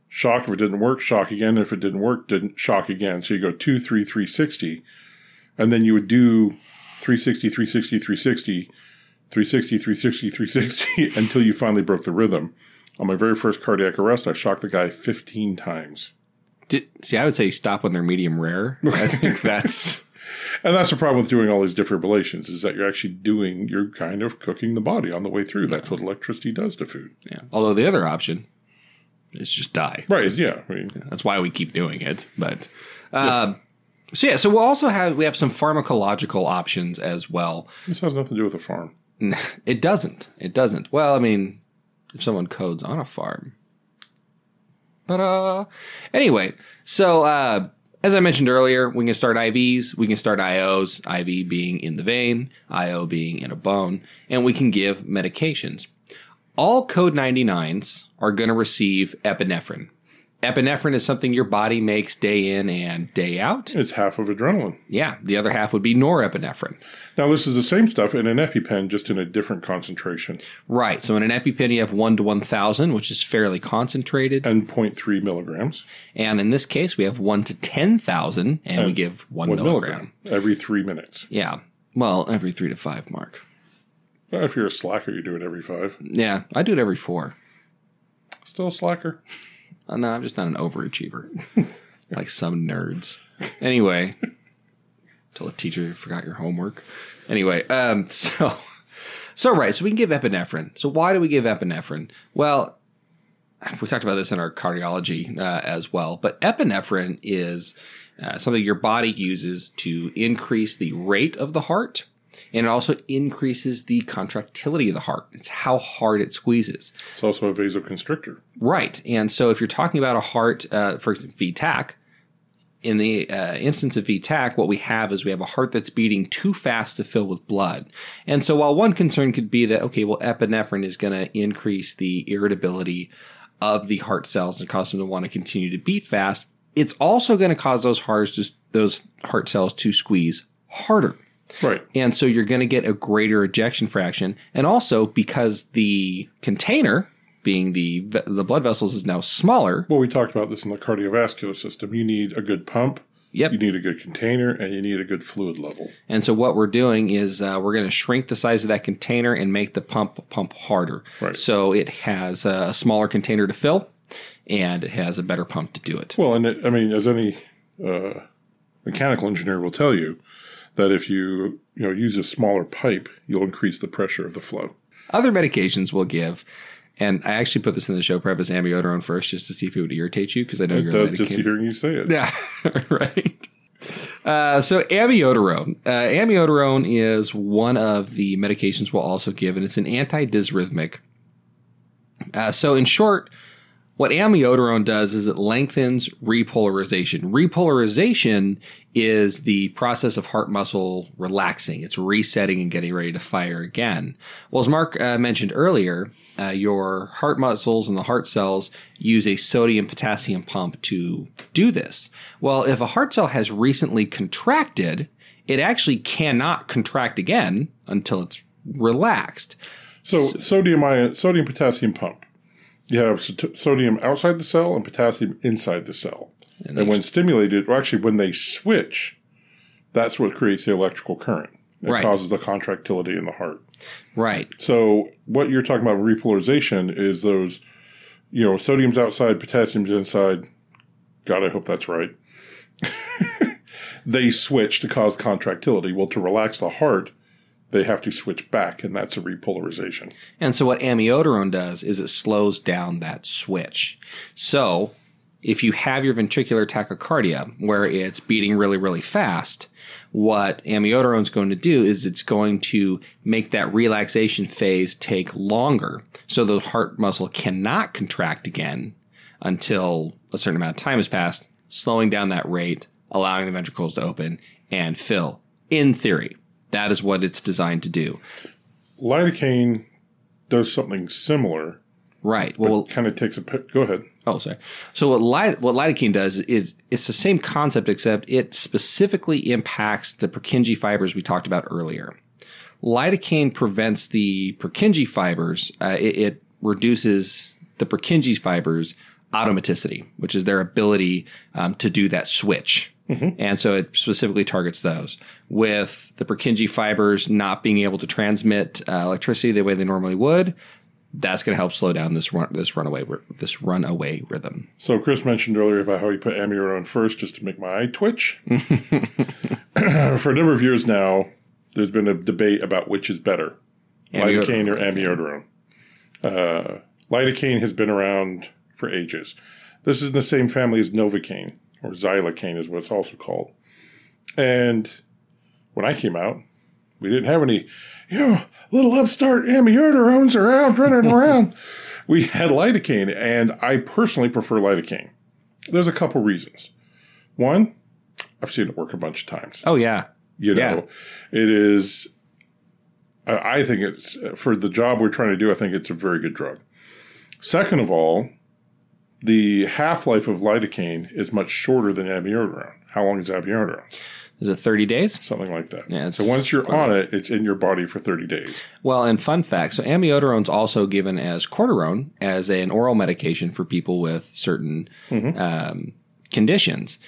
shock if it didn't work, shock again. If it didn't work, didn't shock again. So you go two, three, 360, and then you would do 360, 360, 360, 360, 360, 360 [LAUGHS] until you finally broke the rhythm. On my very first cardiac arrest, I shocked the guy 15 times.
Did, see, I would say stop when they're medium rare. I think that's.
And that's the problem with doing all these defibrillations is that you're actually doing, you're kind of cooking the body on the way through. That's what electricity does to food.
Yeah. Although the other option is just die.
Right. Yeah. I mean,
That's why we keep doing it. But uh, so yeah, so we'll also have we have some pharmacological options as well.
this has nothing to do with a farm.
It doesn't. It doesn't. Well, I mean, if someone codes on a farm. But uh anyway, so uh as I mentioned earlier, we can start IVs, we can start IOs, IV being in the vein, IO being in a bone, and we can give medications. All code 99s are going to receive epinephrine. Epinephrine is something your body makes day in and day out.
It's half of adrenaline.
Yeah, the other half would be norepinephrine.
Now, this is the same stuff in an EpiPen, just in a different concentration
Right. So in an EpiPen, you have 1 to 1,000, which is fairly concentrated.
and 0.3 milligrams,
And in this case, we have 1 to 10,000, and we give 1,
one
milligram.
milligram every three minutes.
Yeah. Well, every 3 to 5 mark.
Well, If you're a slacker, you do it every five.
Yeah, I do it every 4.
Still a slacker.
Uh, No, I'm just not an overachiever like some nerds. Anyway, until a teacher forgot your homework. Anyway, um, [LAUGHS] so so right, so we can give epinephrine. So why do we give epinephrine? Well, we talked about this in our cardiology uh, as well, but epinephrine is uh, something your body uses to increase the rate of the heart. And it also increases the contractility of the heart. It's how hard it squeezes.
It's also a vasoconstrictor.
Right. And so if you're talking about a heart, uh, for example, VTAC, in the uh, instance of VTAC, what we have is we have a heart that's beating too fast to fill with blood. And so while one concern could be that, okay, well, epinephrine is going to increase the irritability of the heart cells and cause them to want to continue to beat fast, it's also going to cause those hearts to, those heart cells to squeeze harder.
Right.
And so you're going to get a greater ejection fraction. And also because the container, being the ve- the blood vessels, is now smaller.
Well, we talked about this in the cardiovascular system. You need a good pump,
Yep.
you need a good container, and you need a good fluid level.
And so what we're doing is uh, we're going to shrink the size of that container and make the pump pump harder.
Right.
So it has a smaller container to fill, and it has a better pump to do it.
Well, and it, I mean, as any uh, mechanical engineer will tell you, that if you you know use a smaller pipe, you'll increase the pressure of the flow.
Other medications we'll give. And I actually put this in the show prep as amiodarone first, just to see if it would irritate you, because I know
It
you're
does
a
just
medicated
hearing you say
[LAUGHS]
it.
Yeah, right. Uh, so amiodarone. Uh, amiodarone is one of the medications we'll also give, and it's an antidysrhythmic. Uh, so in short, What amiodarone does is it lengthens repolarization. Repolarization is the process of heart muscle relaxing. It's resetting and getting ready to fire again. Well, as Mark uh, mentioned earlier, uh, your heart muscles and the heart cells use a sodium potassium pump to do this. Well, if a heart cell has recently contracted, it actually cannot contract again until it's relaxed.
So, sodium ion, sodium potassium pump. You have sot- sodium outside the cell and potassium inside the cell. And, when stimulated, or actually when they switch, that's what creates the electrical current. It
Right.
causes the contractility in the heart.
Right.
So what you're talking about with repolarization is those, you know, sodium's outside, potassium's inside. God, I hope that's right. [LAUGHS] they switch to cause contractility. Well, to relax the heart, they have to switch back, and that's a repolarization.
And so what amiodarone does is it slows down that switch. So if you have your ventricular tachycardia where it's beating really, really fast, what amiodarone is going to do is it's going to make that relaxation phase take longer. So the heart muscle cannot contract again until a certain amount of time has passed, slowing down that rate, allowing the ventricles to open and fill. In theory, that is what it's designed to do.
Lidocaine does something similar.
Right. Well,
Kind of takes a pi- go ahead.
Oh, sorry. So what light, what lidocaine does is it's the same concept except it specifically impacts the Purkinje fibers we talked about earlier. Lidocaine prevents the Purkinje fibers. Uh, it, it reduces the Purkinje fibers automaticity, which is their ability um, to do that switch. And so it specifically targets those. With the Purkinje fibers not being able to transmit uh, electricity the way they normally would, that's going to help slow down this run, this runaway ry- this runaway rhythm.
So Chris mentioned earlier about how he put amiodarone first just to make my eye twitch. For a number of years now, there's been a debate about which is better,
Amiodarone.
lidocaine or amiodarone. Uh, lidocaine has been around for ages. This is in the same family as novocaine or xylocaine is what it's also called. And when I came out, we didn't have any, you know, little upstart amiodarones around running around. We had lidocaine, and I personally prefer lidocaine. There's a couple reasons. One, I've seen it work a bunch of times.
Oh yeah,
You know,
Yeah.
it is. I I think it's for the job we're trying to do. I think it's a very good drug. Second of all, the half life of lidocaine is much shorter than amiodarone. How long is amiodarone?
is it thirty days?
Something like that.
Yeah, it's
so once you're on it, it's in your body for 30 days.
Well, and fun fact: so amiodarone's also given as cortisone as an oral medication for people with certain um, conditions,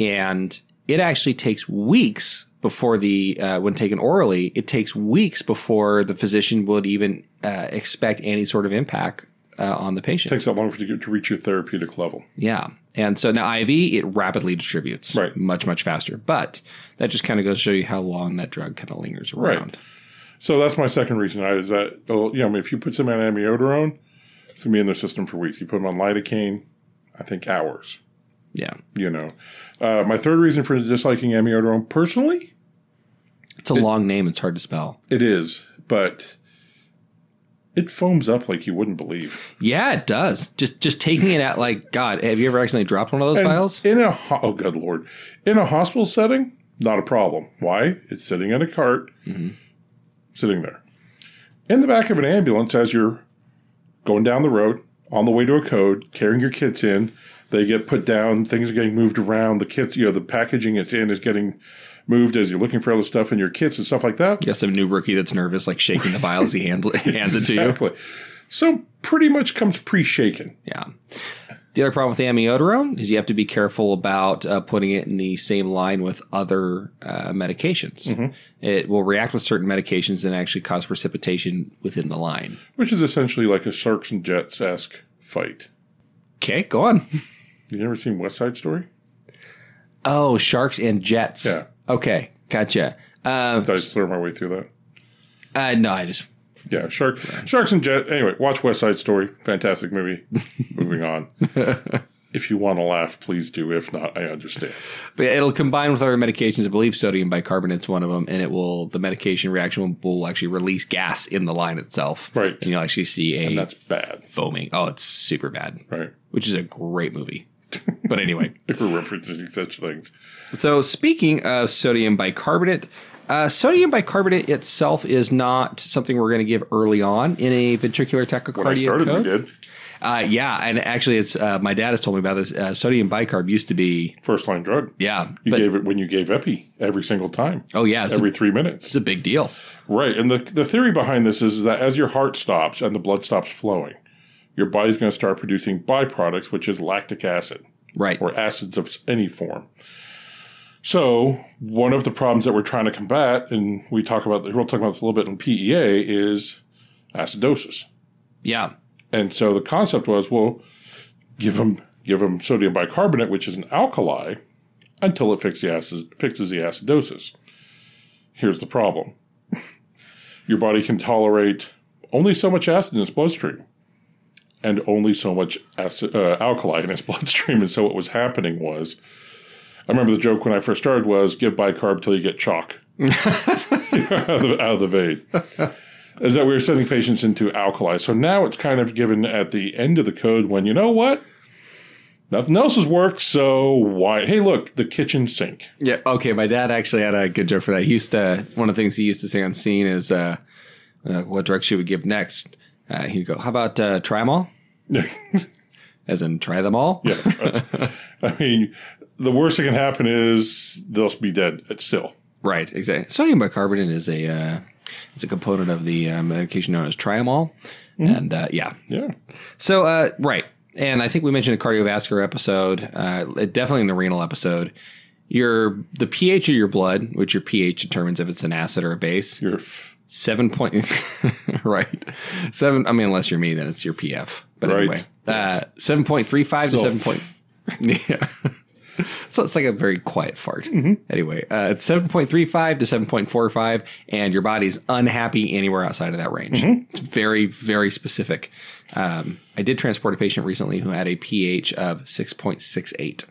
and it actually takes weeks before the uh, when taken orally, it takes weeks before the physician would even uh, expect any sort of impact uh, on the patient.
takes that long for you to, get, to reach your therapeutic level.
Yeah. And so now IV, it rapidly distributes
Right.
much, much faster. But that just kind of goes to show you how long that drug kind of lingers around.
So that's my second reason. I is that well, you know, I mean, if you put somebody on amiodarone, it's gonna be in their system for weeks. You put them on lidocaine, I think hours.
Yeah.
You know, uh, my third reason for disliking amiodarone, personally,
It's a long name. It's hard to spell.
it is, but it foams up like you wouldn't believe.
Yeah, it does. Just just taking it out like, God, have you ever accidentally dropped one of those
And
files?
in a ho- oh, good lord, in a hospital setting, not a problem. Why? It's sitting in a cart, sitting there. In the back of an ambulance, as you're going down the road on the way to a code, carrying your kits in, they get put down. Things are getting moved around. The kits, you know, the packaging it's in is getting moved as you're looking for other stuff in your kits and stuff like that.
Yes, some new rookie that's nervous, like shaking the file as [LAUGHS] he hands, hands it to you.
Exactly. So pretty much comes pre-shaken.
Yeah. The other problem with amiodarone is you have to be careful about uh, putting it in the same line with other uh, medications. It will react with certain medications and actually cause precipitation within the line.
which is essentially like a Sharks and Jets esque fight.
Okay, go on.
You never seen West Side Story?
Oh, sharks and jets.
Yeah.
Okay, gotcha. Uh,
Did I slur my way through that?
uh, no, I just
Yeah, [LAUGHS] shark, sharks and jet. Anyway, watch West Side Story. Fantastic movie. Moving on. If you want to laugh, please do. If not, I understand.
But it'll combine with other medications. I believe sodium bicarbonate's one of them, and it will the medication reaction will, will actually release gas in the line itself.
Right.
and you'll actually see a
And that's bad,
foaming. Oh, it's super bad.
right?
Which is a great
[LAUGHS]
movie. But anyway,
If we're referencing such things.
so speaking of sodium bicarbonate, uh, sodium bicarbonate itself is not something we're going to give early on in a ventricular tachycardia
When I started,
code.
we did.
Uh, yeah, and actually, it's uh, my dad has told me about this. Uh, sodium bicarb used to be
First line drug.
yeah,
You
but
gave it when you gave Epi every single time,
oh yeah, it's,
every
a,
three minutes.
it's a big deal.
Right. And the, the theory behind this is that as your heart stops and the blood stops flowing, your body's going to start producing byproducts, which is lactic acid
Right.
or acids of any form. So, one of the problems that we're trying to combat, and we talk about, we'll talk about this a little bit in PEA, is acidosis.
Yeah.
And so the concept was, well, give them give 'em sodium bicarbonate, which is an alkali, until it fix the acid, fixes the acidosis. Here's the problem: your body can tolerate only so much acid in its bloodstream, and only so much acid, uh, alkali in its [LAUGHS] bloodstream. And so what was happening was, I remember the joke when I first started was, give bicarb till you get chalk [LAUGHS] out of the- out of the vein is that we were sending patients into alkali. So now it's kind of given at the end of the code when you know what? Nothing else has worked, so why? Hey, look, the kitchen sink.
Yeah. Okay. My dad actually had a good joke for that. He used to, one of the things he used to say on scene is, uh, uh, what drug should we give next? Uh, he'd go, how about uh, [LAUGHS] Trimol?
yeah,
As in, try them all?
I mean, the worst that can happen is they'll be dead. It's still
Right. Exactly. Sodium bicarbonate is a, uh, it's a component of the uh, medication known as Trimol. And uh, yeah,
yeah.
So, uh, right. And I think we mentioned a cardiovascular episode, uh, definitely in the renal episode. Your the pH of your blood, which your pH determines if it's an acid or a base.
You're f-
Seven point, [LAUGHS] right? Seven. I mean, unless you're me, then it's your PF. But
Right.
anyway, uh, seven point three five to
Still.
seven
[LAUGHS]
point. [LAUGHS] yeah. So it's like a very quiet fart.
Mm-hmm.
Anyway, uh, it's 7.35 to 7.45, and your body's unhappy anywhere outside of that range.
Mm-hmm.
It's very, very specific. Um, I did transport a patient recently who had a pH of 6.68.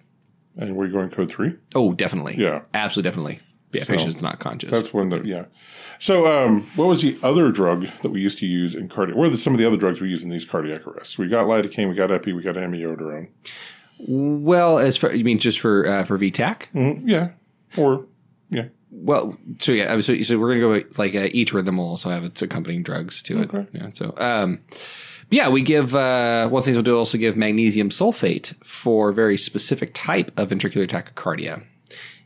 and we're going code three.
Oh, definitely.
Yeah.
Absolutely, definitely. Yeah, patient's not conscious.
That's one that yeah. So, um, what was the other drug that we used to use in cardiac? What are the, some of the other drugs we use in these cardiac arrests? We got lidocaine, we got epi, we got amiodarone.
Well, as for, you mean just for uh, for VTAC?
Mm, yeah, or yeah.
Well, so yeah, I was- so, so we're gonna go with, like uh, each rhythm will also have its accompanying drugs to it.
Okay.
Yeah, so um, yeah, we give uh, one thing we'll do also give magnesium sulfate for a very specific type of ventricular tachycardia.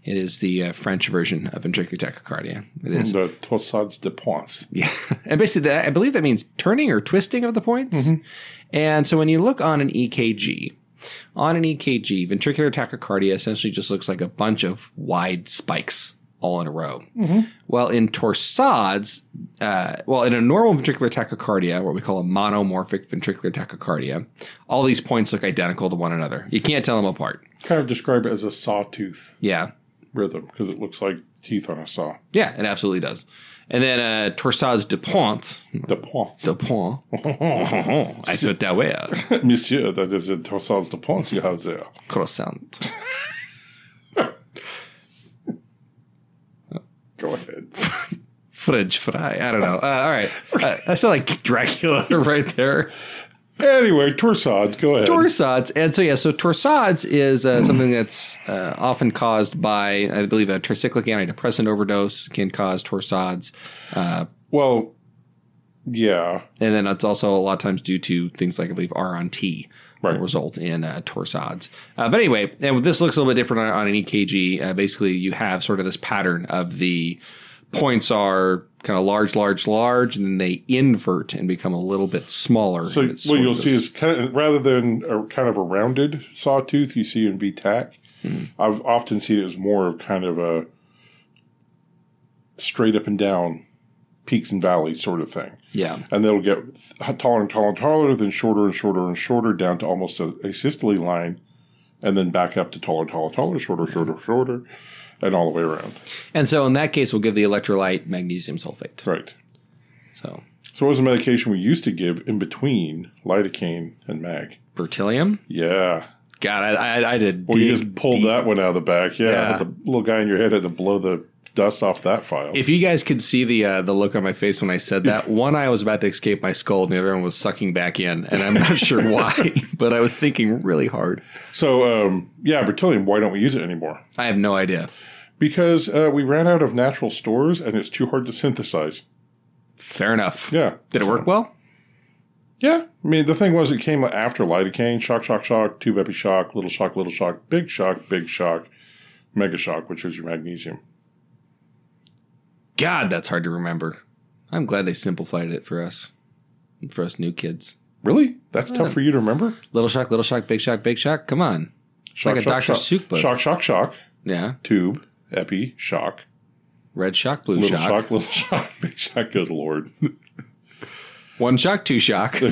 It is the uh, French version of ventricular tachycardia. It is,
The Tossades de Ponce.
yeah, [LAUGHS] and basically that, I believe that means turning or twisting of the points. And so when you look on an EKG, on an EKG, ventricular tachycardia essentially just looks like a bunch of wide spikes all in a row. Well, in torsades, uh, well, in a normal ventricular tachycardia, what we call a monomorphic ventricular tachycardia, all these points look identical to one another. You can't tell them apart.
kind of describe it as a sawtooth
Yeah.
rhythm because it looks like teeth on a saw.
Yeah, it absolutely does. And then uh, torsades de pointe,
The Ponce.
de pointe, I put that way out.
[LAUGHS] Monsieur, that is a Tossades de Ponce you have there.
croissant.
Go ahead.
French fry. I don't know. Uh, all right. Uh, [LAUGHS] I sound like Dracula [LAUGHS] right there.
anyway, torsades, go ahead.
Torsades. And so, yeah, so torsades is uh, something that's uh, often caused by, I believe, a tricyclic antidepressant overdose can cause torsades.
well, yeah.
And then it's also a lot of times due to things like, I believe, R on T. will
Right.
Result in uh, torsades, uh, but anyway, and this looks a little bit different on, on an EKG. Uh, basically, you have sort of this pattern of the points are kind of large, large, large, and then they invert and become a little bit smaller.
So
and it's
what
sort
you'll
of
see
this-
is kind of, rather than a, kind of a rounded sawtooth you see in VTAC,
Mm-hmm.
I've often seen it as more of kind of a straight up and down peaks and valleys sort of thing.
yeah.
and they'll get th- taller and taller and taller, then shorter and shorter and shorter, down to almost a, a systole line, and then back up to taller, taller, taller, shorter, shorter, shorter, and all the way around.
And so in that case, we'll give the electrolyte magnesium sulfate.
Right.
So
So, what was the medication we used to give in between lidocaine and mag?
bertillum,
Yeah,
God, I, I, I did.
Well, you
dig
just pulled
deep.
that one out of the back. Yeah,
Yeah.
the little guy in your head had to blow the dust off that file.
If you guys could see the uh, the look on my face when I said
[LAUGHS]
that, one eye was about to escape my skull, and the other one was sucking back in, and I'm not
[LAUGHS]
sure why, but I was thinking really hard.
so, um, yeah, beryllium. Why don't we use it anymore?
I have no idea.
Because uh, we ran out of natural stores, and it's too hard to synthesize.
Fair enough.
Yeah.
Did it work well?
Yeah. I mean, the thing was, it came after lidocaine, shock, shock, shock, tube epi shock, little shock, little shock, big shock, big shock, mega shock, which was your magnesium.
God, that's hard to remember. I'm glad they simplified it for us, for us new kids.
Really? That's tough for you to remember?
Little shock, little shock, big shock, big shock. Come on.
Shock,
like a Dr. Seuss book.
Shock, shock, shock,
Yeah.
tube, epi, shock,
Red shock, blue
little
shock.
shock, little [LAUGHS] shock, big shock. Good lord.
One shock, two shock.
[LAUGHS] Be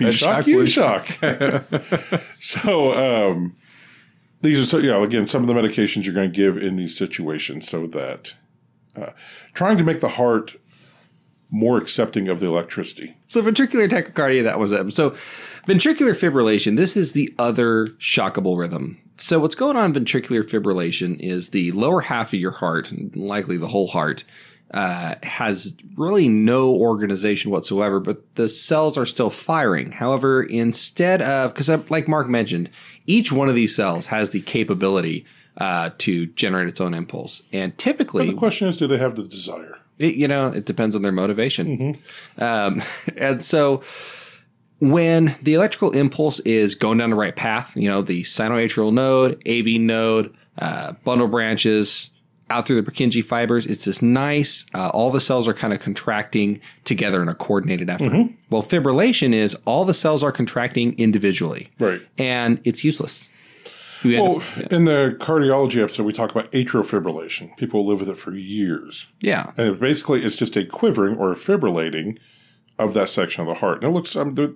Red
shock,
shock,
you
blue
shock. [LAUGHS] so um, these are so you know again some of the medications you're going to give in these situations so that uh, trying to make the heart more accepting of the electricity.
So ventricular tachycardia, that was it. So ventricular fibrillation, this is the other shockable rhythm. So what's going on in ventricular fibrillation is the lower half of your heart, and likely the whole heart, uh, has really no organization whatsoever, but the cells are still firing. However, instead of, because like Mark mentioned, each one of these cells has the capability uh, to generate its own impulse. And typically,
The question is, do they have the desire?
it, you know, it depends on their motivation.
Mm-hmm.
Um, [LAUGHS] and so when the electrical impulse is going down the right path, you know, the sinoatrial node, AV node, uh, bundle branches, out through the Purkinje fibers, it's this nice, uh, all the cells are kind of contracting together in a coordinated effort.
Mm-hmm.
Well, fibrillation is all the cells are contracting individually.
Right.
And it's useless. You end
Well,
up-
in the cardiology episode, we talk about atrial fibrillation. People live with it for years.
yeah.
and it basically it's just a quivering or a fibrillating of that section of the heart. And it looks um, the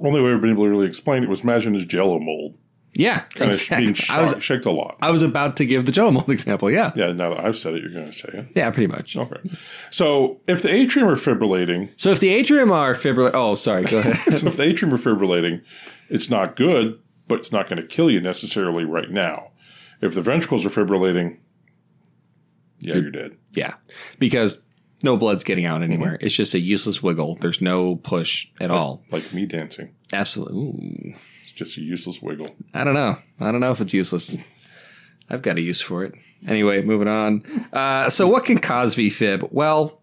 only way we've been able to really explain it was imagine as Jello mold,
Yeah.
kind of being
Exactly.
shocked,
I was
shocked a lot.
I was about to give the [LAUGHS] jello mold example. Yeah.
yeah, now that I've said it, you're going to say it.
Yeah, pretty much.
Okay. So if the atrium are fibrillating,
So if the atrium are fibrillate, oh, sorry, go ahead.
[LAUGHS] so if the atrium are fibrillating, it's not good, but it's not going to kill you necessarily right now. If the ventricles are fibrillating, yeah, you're dead.
yeah, because no blood's getting out anywhere.
Mm-hmm.
It's just a useless wiggle. There's no push at all.
Like me dancing,
Absolutely. Ooh.
it's just a useless wiggle.
I don't know. I don't know if it's useless. I've got a use for it. Anyway, moving on. Uh, so what can cause V-fib? Well,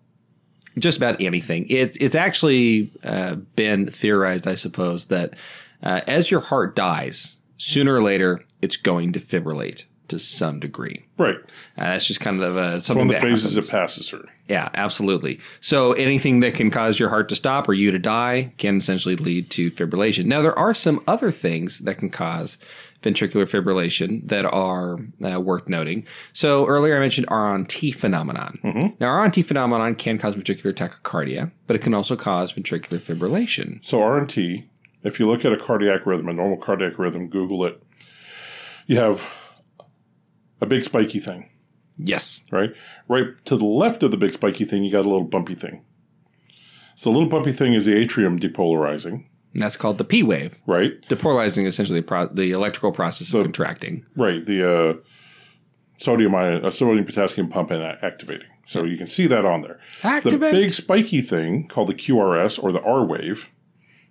just about anything. It, it's actually uh, been theorized, I suppose, that uh, as your heart dies, sooner or later, it's going to fibrillate to some degree.
Right,
Uh, that's just kind of uh, something
one of the
that
phases
happens.
it passes through.
Yeah, absolutely. So anything that can cause your heart to stop or you to die can essentially lead to fibrillation. Now, there are some other things that can cause ventricular fibrillation that are uh, worth noting. So earlier I mentioned RNT phenomenon. Now, RNT phenomenon can cause ventricular tachycardia, but it can also cause ventricular fibrillation.
So RNT, if you look at a cardiac rhythm, a normal cardiac rhythm, Google it, you have a big spiky thing,
Yes.
right? Right to the left of the big spiky thing, you got a little bumpy thing. So the little bumpy thing is the atrium depolarizing,
And that's called the P wave.
right?
Depolarizing essentially the, pro- the electrical process of contracting.
Right. The uh, sodium ion, uh, sodium potassium pump and that activating. So you can see that on there. The
Activate.
big spiky thing called the QRS or the R wave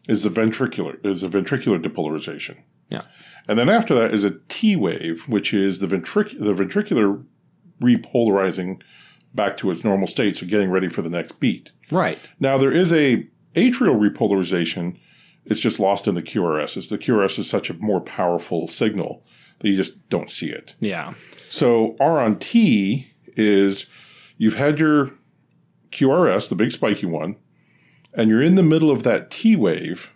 is the ventricular is the ventricular depolarization.
Yeah.
And then after that is a T wave, which is the ventric- the ventricular repolarizing back to its normal state, so getting ready for the next beat.
right.
Now there is a atrial repolarization. It's just lost in the QRS. It's the QRS is such a more powerful signal that you just don't see it.
Yeah.
So R on T is you've had your QRS, the big spiky one, and you're in the middle of that T wave,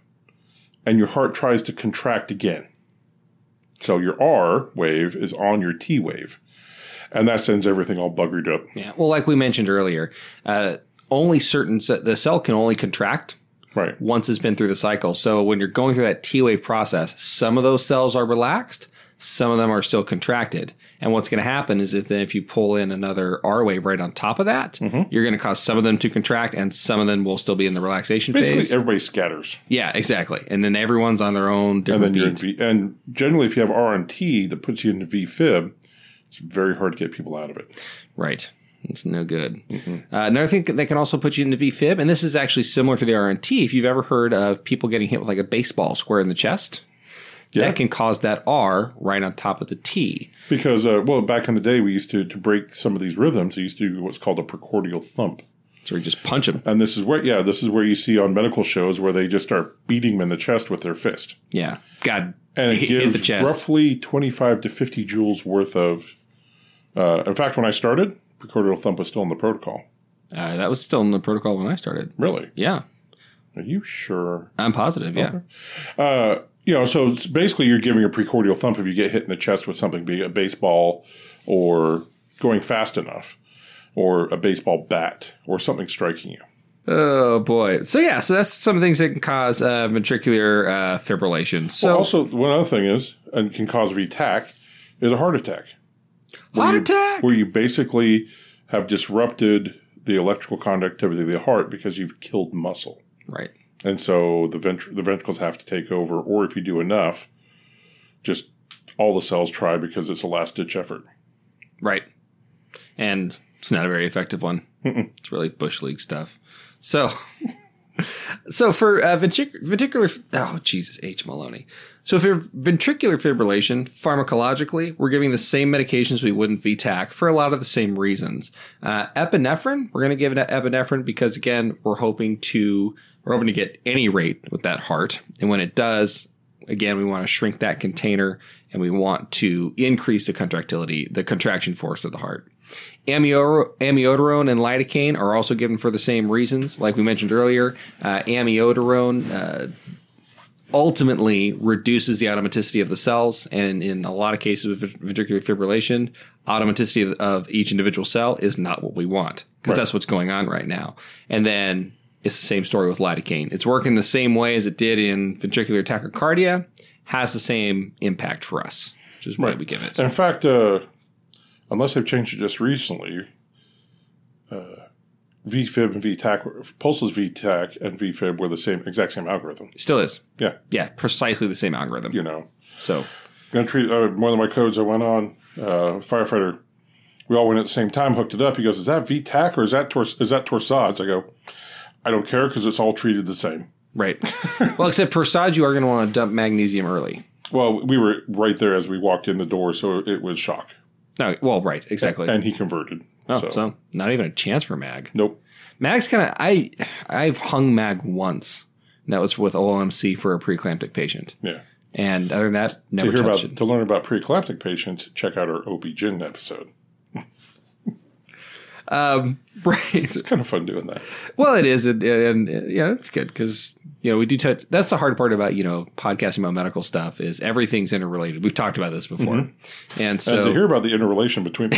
and your heart tries to contract again. So your R wave is on your T wave, and that sends everything all buggered up.
Yeah. Well, like we mentioned earlier, uh, only certain ce- the cell can only contract
Right.
once it's been through the cycle. So when you're going through that T wave process, some of those cells are relaxed, some of them are still contracted, And what's going to happen is that then if you pull in another R wave right on top of that,
Mm-hmm.
you're going to cause some of them to contract and some of them will still be in the relaxation
Basically,
phase.
everybody scatters,
yeah, exactly. And then everyone's on their own
and then
different
you're in
beat.
V. And generally, if you have R and T that puts you into V fib, it's very hard to get people out of it.
Right. It's no good.
Mm-hmm.
Uh, another thing that can also put you into VFib, and this is actually similar to the RNT. If you've ever heard of people getting hit with like a baseball square in the chest,
Yeah.
that can cause that R right on top of the T.
Because uh, well, back in the day, we used to to break some of these rhythms. We used to do what's called a precordial thump,
So you just punch them.
and this is where yeah, this is where you see on medical shows where they just start beating them in the chest with their fist,
Yeah. God.
and it
hit, hit
gives
the chest.
roughly twenty five to fifty joules worth of. Uh, in fact, when I started, precordial thump was still in the protocol.
Uh, that was still in the protocol when I started.
Really?
Yeah.
Are you sure?
I'm positive. Yeah.
Uh, you know, so it's basically you're giving a precordial thump if you get hit in the chest with something, be it a baseball or going fast enough or a baseball bat or something striking you.
Oh, boy. So, yeah. So that's some things that can cause uh, ventricular uh, fibrillation. So,
also, one other thing is, and can cause VTAC, is a heart attack,
heart attack.
where you basically have disrupted the electrical conductivity of the heart because you've killed muscle.
Right.
And so the, ventr- the ventricles have to take over, or if you do enough, just all the cells try because it's a last ditch effort.
Right. And it's not a very effective one. It's really bush league stuff. So, so for uh, ventric- ventricular, oh Jesus H Maloney. So for ventricular fibrillation, pharmacologically, we're giving the same medications we would in VTAC for a lot of the same reasons. Uh, epinephrine, we're going to give it epinephrine because again, we're hoping to we're hoping to get any rate with that heart, and when it does, again, we want to shrink that container and we want to increase the contractility, the contraction force of the heart. Amiodarone amiodarone and lidocaine are also given for the same reasons. Like we mentioned earlier, uh, amiodarone uh, ultimately reduces the automaticity of the cells, and in a lot of cases with ventricular fibrillation, automaticity of, of each individual cell is not what we want because that's what's going on right now. And then it's the same story with lidocaine. It's working the same way as it did in ventricular tachycardia, has the same impact for us, which is why
Right.
we give it.
And in fact, uh, unless they've changed it just recently, uh, VFib and VTAC, were- Pulse's VTAC and VFib were the same exact same algorithm.
Still is.
Yeah,
Yeah, precisely the same algorithm.
you know,
So
gonna treat uh, one of my codes I went on uh, firefighter. We all went at the same time, hooked it up. He goes, "Is that VTAC or is that tors- is that torsades?" I go, "I don't care because it's all treated the same."
right. [LAUGHS] well, except torsades, you are going to want to dump magnesium early.
Well, we were right there as we walked in the door, so it was shock.
No, well, right, exactly.
And he converted.
oh, so. not even a chance for mag.
nope.
Mag's kind of I I've hung mag once. And that was with OLMC for a preeclamptic patient,
Yeah.
and other than that,
to
never
hear about
touched it.
to learn about preeclamptic patients, check out our OB-GYN episode.
[LAUGHS] Right.
It's kind of fun doing that.
Well, it is, and, and uh, yeah, it's good because you know we do touch. That's the hard part about you know podcasting about medical stuff is everything's interrelated. We've talked about this before, and so
Mm-hmm. and to hear about the interrelation [LAUGHS] between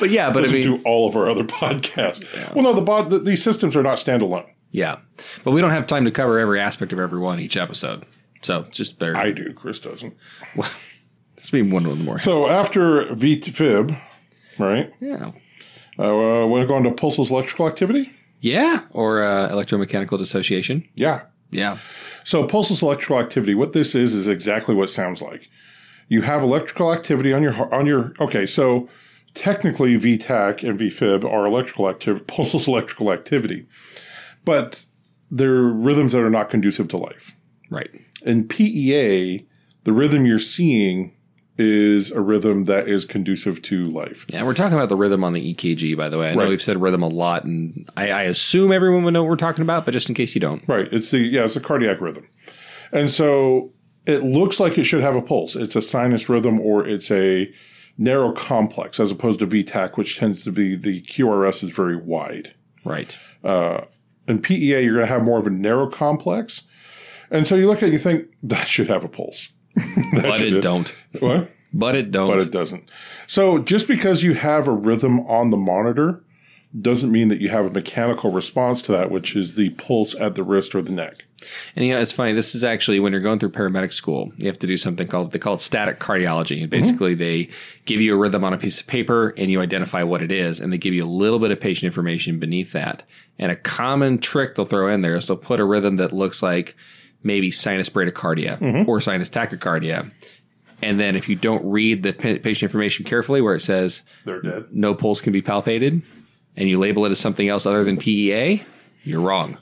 but yeah, but I mean,
[LAUGHS] to all of our other podcasts. Well, no, the, bod, the these systems are not standalone.
yeah, but we don't have time to cover every aspect of every one each episode, so it's just better.
I do. Chris doesn't.
It's been one one more.
So after VFib, right?
Yeah,
Uh, we're going to pulseless electrical activity.
yeah, or uh, electromechanical dissociation.
Yeah.
Yeah,
So pulseless electrical activity. What this is is exactly what it sounds like. You have electrical activity on your on your. Okay, so technically VTAC and VFib are electrical activity, [LAUGHS] pulseless electrical activity, but they're rhythms that are not conducive to life.
right.
In PEA, the rhythm you're seeing is a rhythm that is conducive to life.
Yeah, we're talking about the rhythm on the EKG, by the way. I know
Right.
we've said rhythm a lot, and I, I assume everyone would know what we're talking about, but just in case you don't,
Right. It's the yeah, it's a cardiac rhythm. And so it looks like it should have a pulse. It's a sinus rhythm or it's a narrow complex as opposed to VTAC, which tends to be the QRS is very wide.
right?
In PEA, you're gonna have more of a narrow complex. And so you look at it and you think, that should have a pulse. That
But
should-
it don't.
What?
But it don't.
But it doesn't. So just because you have a rhythm on the monitor doesn't mean that you have a mechanical response to that, which is the pulse at the wrist or the neck.
And you know, it's funny. This is actually when you're going through paramedic school, you have to do something called they call it static cardiology. And basically, they give you a rhythm on a piece of paper, and you identify what it is, and they give you a little bit of patient information beneath that. And a common trick they'll throw in there is they'll put a rhythm that looks like maybe sinus bradycardia or sinus tachycardia. And then if you don't read the pa- patient information carefully, where it says
They're dead.
no pulse can be palpated, and you label it as something else other than PEA, you're wrong.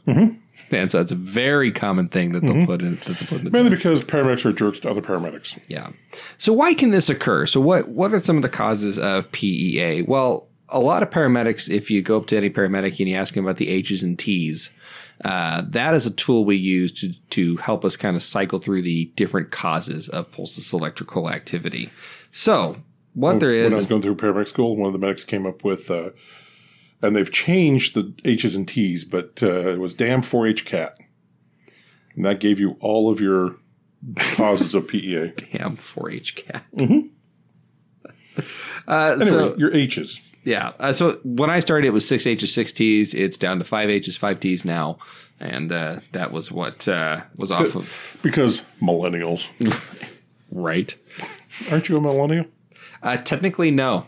And so it's a very common thing that they'll put in. That they'll put in the
Mainly because paramedics are jerks to other paramedics.
yeah. So why can this occur? So what what are some of the causes of PEA? Well, a lot of paramedics, if you go up to any paramedic and you ask them about the H's and T's, uh, that is a tool we use to to help us kind of cycle through the different causes of pulseless electrical activity. So what there
when
is is
I was going through paramedic school, one of the medics came up with, uh, and they've changed the H's and T's, but uh, it was damn 4-H cat, and that gave you all of your causes of E PEA.
damn 4-H cat. uh, [LAUGHS]
Anyway,
so
your H's.
yeah, uh, so when I started, it was six H's, six T's. It's down to five H's, five T's now, and uh, that was what uh, was off of
Because millennials.
right.
Aren't you a millennial?
Uh, technically, no,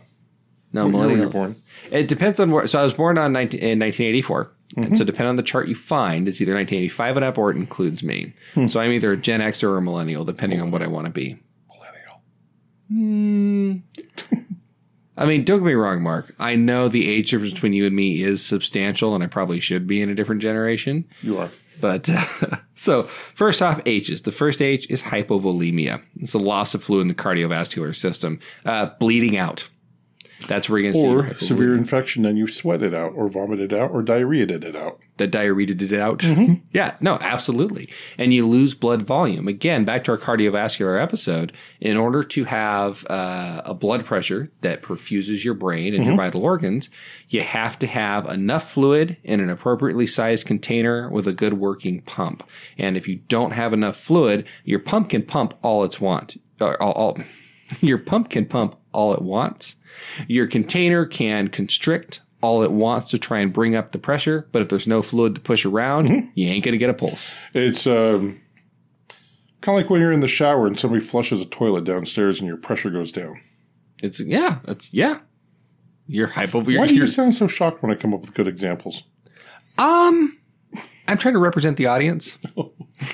no
What year were you
millennials.
born?
It depends on where. So I was born on 19, in 1984, and
Mm-hmm.
so depending on the chart you find, it's either 1985 and up or it includes me.
Hmm.
So I'm either a Gen X or a millennial, depending on what I want to be.
Millennial.
I mean, don't get me wrong, Mark. I know the age difference between you and me is substantial, and I probably should be in a different generation.
You are.
But uh, [LAUGHS] so, first off, H's. The first H is hypovolemia. It's the loss of fluid in the cardiovascular system, uh, bleeding out. That's where you're going to see your
Or
hypovolemia.
severe infection, and you sweat it out, or vomit it out, or diarrhea did it out.
the diarrhea did it out. yeah, no, absolutely. And you lose blood volume. Again, back to our cardiovascular episode, in order to have uh, a blood pressure that perfuses your brain and your vital organs, you have to have enough fluid in an appropriately sized container with a good working pump. And if you don't have enough fluid, your pump can pump all it's want. Or all, all, [LAUGHS] your pump can pump all it wants. Your container can constrict all it wants to try and bring up the pressure, but if there's no fluid to push around,
Mm-hmm.
you ain't gonna get a pulse.
It's um, kind of like when you're in the shower and somebody flushes a toilet downstairs and your pressure goes down.
It's yeah, it's yeah. You're hypo. You're,
Why do you
you're-
sound so shocked when I come up with good examples?
um, I'm trying to represent the audience.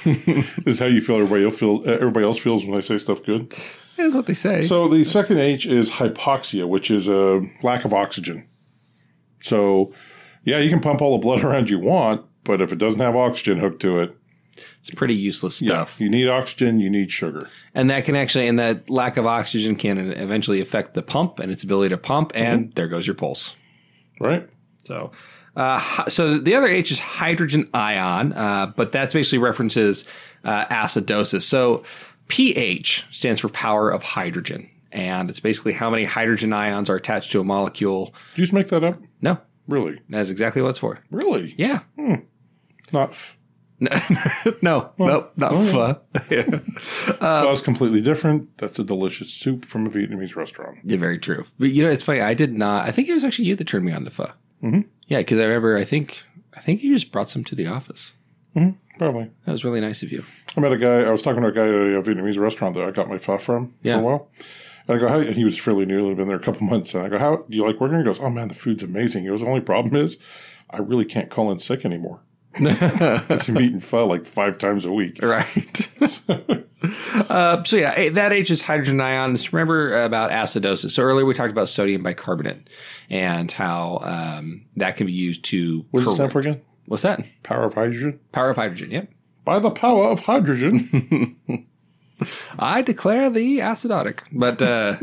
This is how you feel. Everybody else feels. Everybody else feels when I say stuff good.
That's what they say.
So the second H is hypoxia, which is a lack of oxygen. So, yeah, you can pump all the blood [LAUGHS] around you want, but if it doesn't have oxygen hooked to it,
it's pretty useless
yeah,
stuff,
you need oxygen. You need sugar.
and that can actually, and that lack of oxygen can eventually affect the pump and its ability to pump, and
Mm-hmm.
there goes your pulse.
Right?
So, uh, hy- so the other H is hydrogen ion, uh, but that's basically references uh, acidosis. So, pH stands for power of hydrogen, and it's basically how many hydrogen ions are attached to a molecule.
Did you just make that up?
No,
Really?
that's exactly what it's for.
Really?
Yeah. [LAUGHS]
Not f-
No, no, nope, not pho. Yeah.
Pho's completely different. That's a delicious soup from a Vietnamese restaurant.
[LAUGHS] Yeah, very true. But you know, it's funny. I did not. I think it was actually you that turned me on to pho. Mm-hmm. Yeah, because I remember. I think. I think you just brought some to the office.
Probably.
That was really nice of you.
I met a guy. I was talking to a guy at a Vietnamese restaurant that I got my pho from
Yeah.
for a while. And I go, how, and he was fairly new. He'd been there a couple [LAUGHS] months. And I go, how do you like working? here?" He goes, oh man, the food's amazing. He goes, the only problem is I really can't call in
[LAUGHS]
sick anymore. Because I'm eating pho like five times a week.
Right. [LAUGHS] uh, so yeah, eh, that H is hydrogen ion. Just remember about acidosis. So earlier we talked about sodium bicarbonate and how um, that can be used to.
What does it
correct-
stand for again?
What's that?
Power of hydrogen.
Power of hydrogen. Yep.
By the power of hydrogen.
I declare the acidotic. But uh,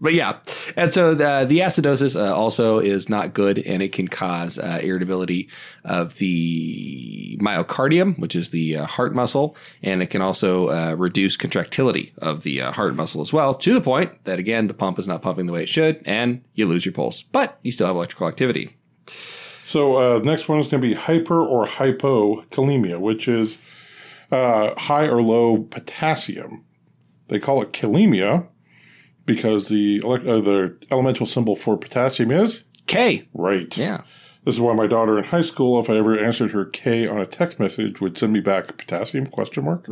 but yeah, and so the, the acidosis uh, also is not good, and it can cause uh, irritability of the myocardium, which is the uh, heart muscle, and it can also uh, reduce contractility of the uh, heart muscle as well, to the point that again the pump is not pumping the way it should, and you lose your pulse, but you still have electrical activity.
so uh, the next one is going to be hyper or hypokalemia, which is uh, high or low potassium. They call it kalemia because the, elec- uh, the elemental symbol for potassium is
K.
right.
Yeah.
This is why my daughter in high school, if I ever answered her K on a text message, would send me back potassium question mark.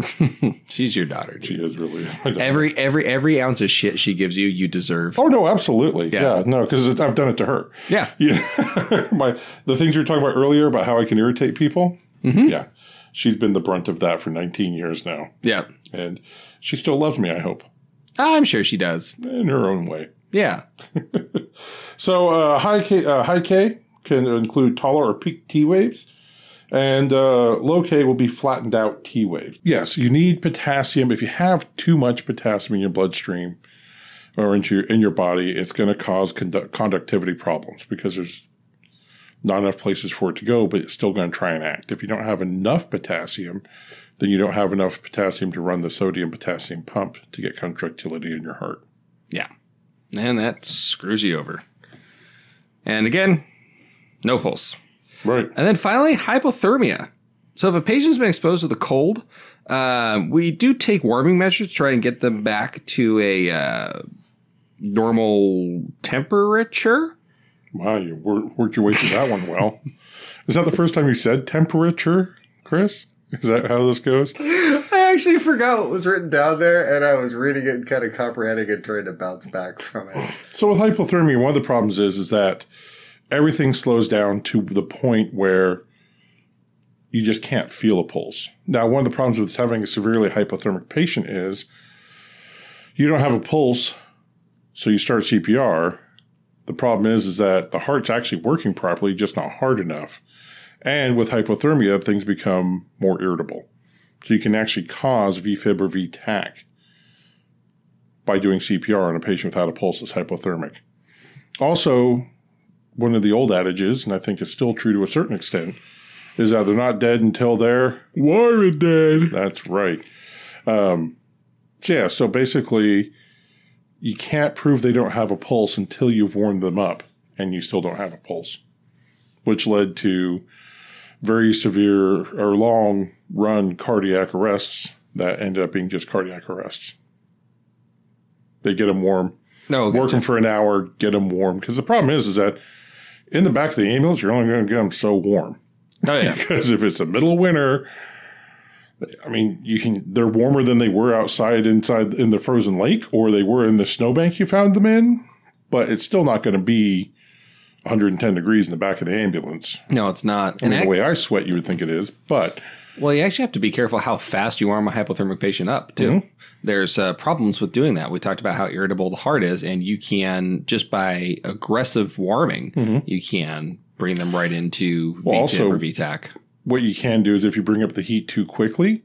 She's your daughter.
She
Dude.
is really [LAUGHS] my daughter.
Every every every ounce of shit she gives you, you deserve.
Oh no, absolutely.
Yeah.
Yeah, no, because I've done it to her.
Yeah.
Yeah, [LAUGHS] my the things you were talking about earlier about how I can irritate people. Yeah, she's been the brunt of that for 19 years now,
Yeah.
and she still loves me. I hope
I'm sure she does.
in her own way.
Yeah.
So uh, high K, uh, high K can include taller or peak T waves, and uh, low K will be flattened out T waves. Yes, you need potassium. If you have too much potassium in your bloodstream or into your, in your body, it's going to cause condu- conductivity problems because there's not enough places for it to go, but it's still going to try and act. If you don't have enough potassium, then you don't have enough potassium to run the sodium potassium pump to get conductivity in your heart.
Yeah. And that screws you over. And again, no pulse.
Right.
And then finally, hypothermia. So if a patient's been exposed to the cold, uh, we do take warming measures to try and get them back to a uh, normal temperature.
Wow, you wor- worked your way through that one well. Is that the first time you said temperature, Chris? Is that how this goes?
I actually forgot what was written down there, and I was reading it and kind of comprehending and trying to bounce back from it.
So with hypothermia, one of the problems is is that everything slows down to the point where you just can't feel a pulse. Now, one of the problems with having a severely hypothermic patient is you don't have a pulse, so you start CPR. The problem is is that the heart's actually working properly, just not hard enough. And with hypothermia, things become more irritable. So you can actually cause VFib or VTAC by doing CPR on a patient without a pulse is hypothermic. Also, one of the old adages, and I think it's still true to a certain extent, is that they're not dead until they're warm dead. That's right. Um, so yeah, so basically, you can't prove they don't have a pulse until you've warmed them up, and you still don't have a pulse, which led to very severe or long run cardiac arrests that ended up being just cardiac arrests. They get them warm,
No,
work them for an hour, get them warm. Because the problem is, is that in the back of the ambulance, you're only going to get them so warm. [LAUGHS]
oh yeah,
Because if it's the middle of winter, I mean, you can they're warmer than they were outside inside in the frozen lake, or they were in the snowbank you found them in. But it's still not going to be 110 degrees in the back of the ambulance.
no, it's not.
I
And
mean,
ac-
the way I sweat, you would think it is, but
well, you actually have to be careful how fast you warm a hypothermic patient up too.
Mm-hmm.
There's uh, problems with doing that. We talked about how irritable the heart is, and you can just by aggressive warming, you can bring them right into
Mm-hmm. Well,
VFib
also-
or VTAC.
what you can do is if you bring up the heat too quickly,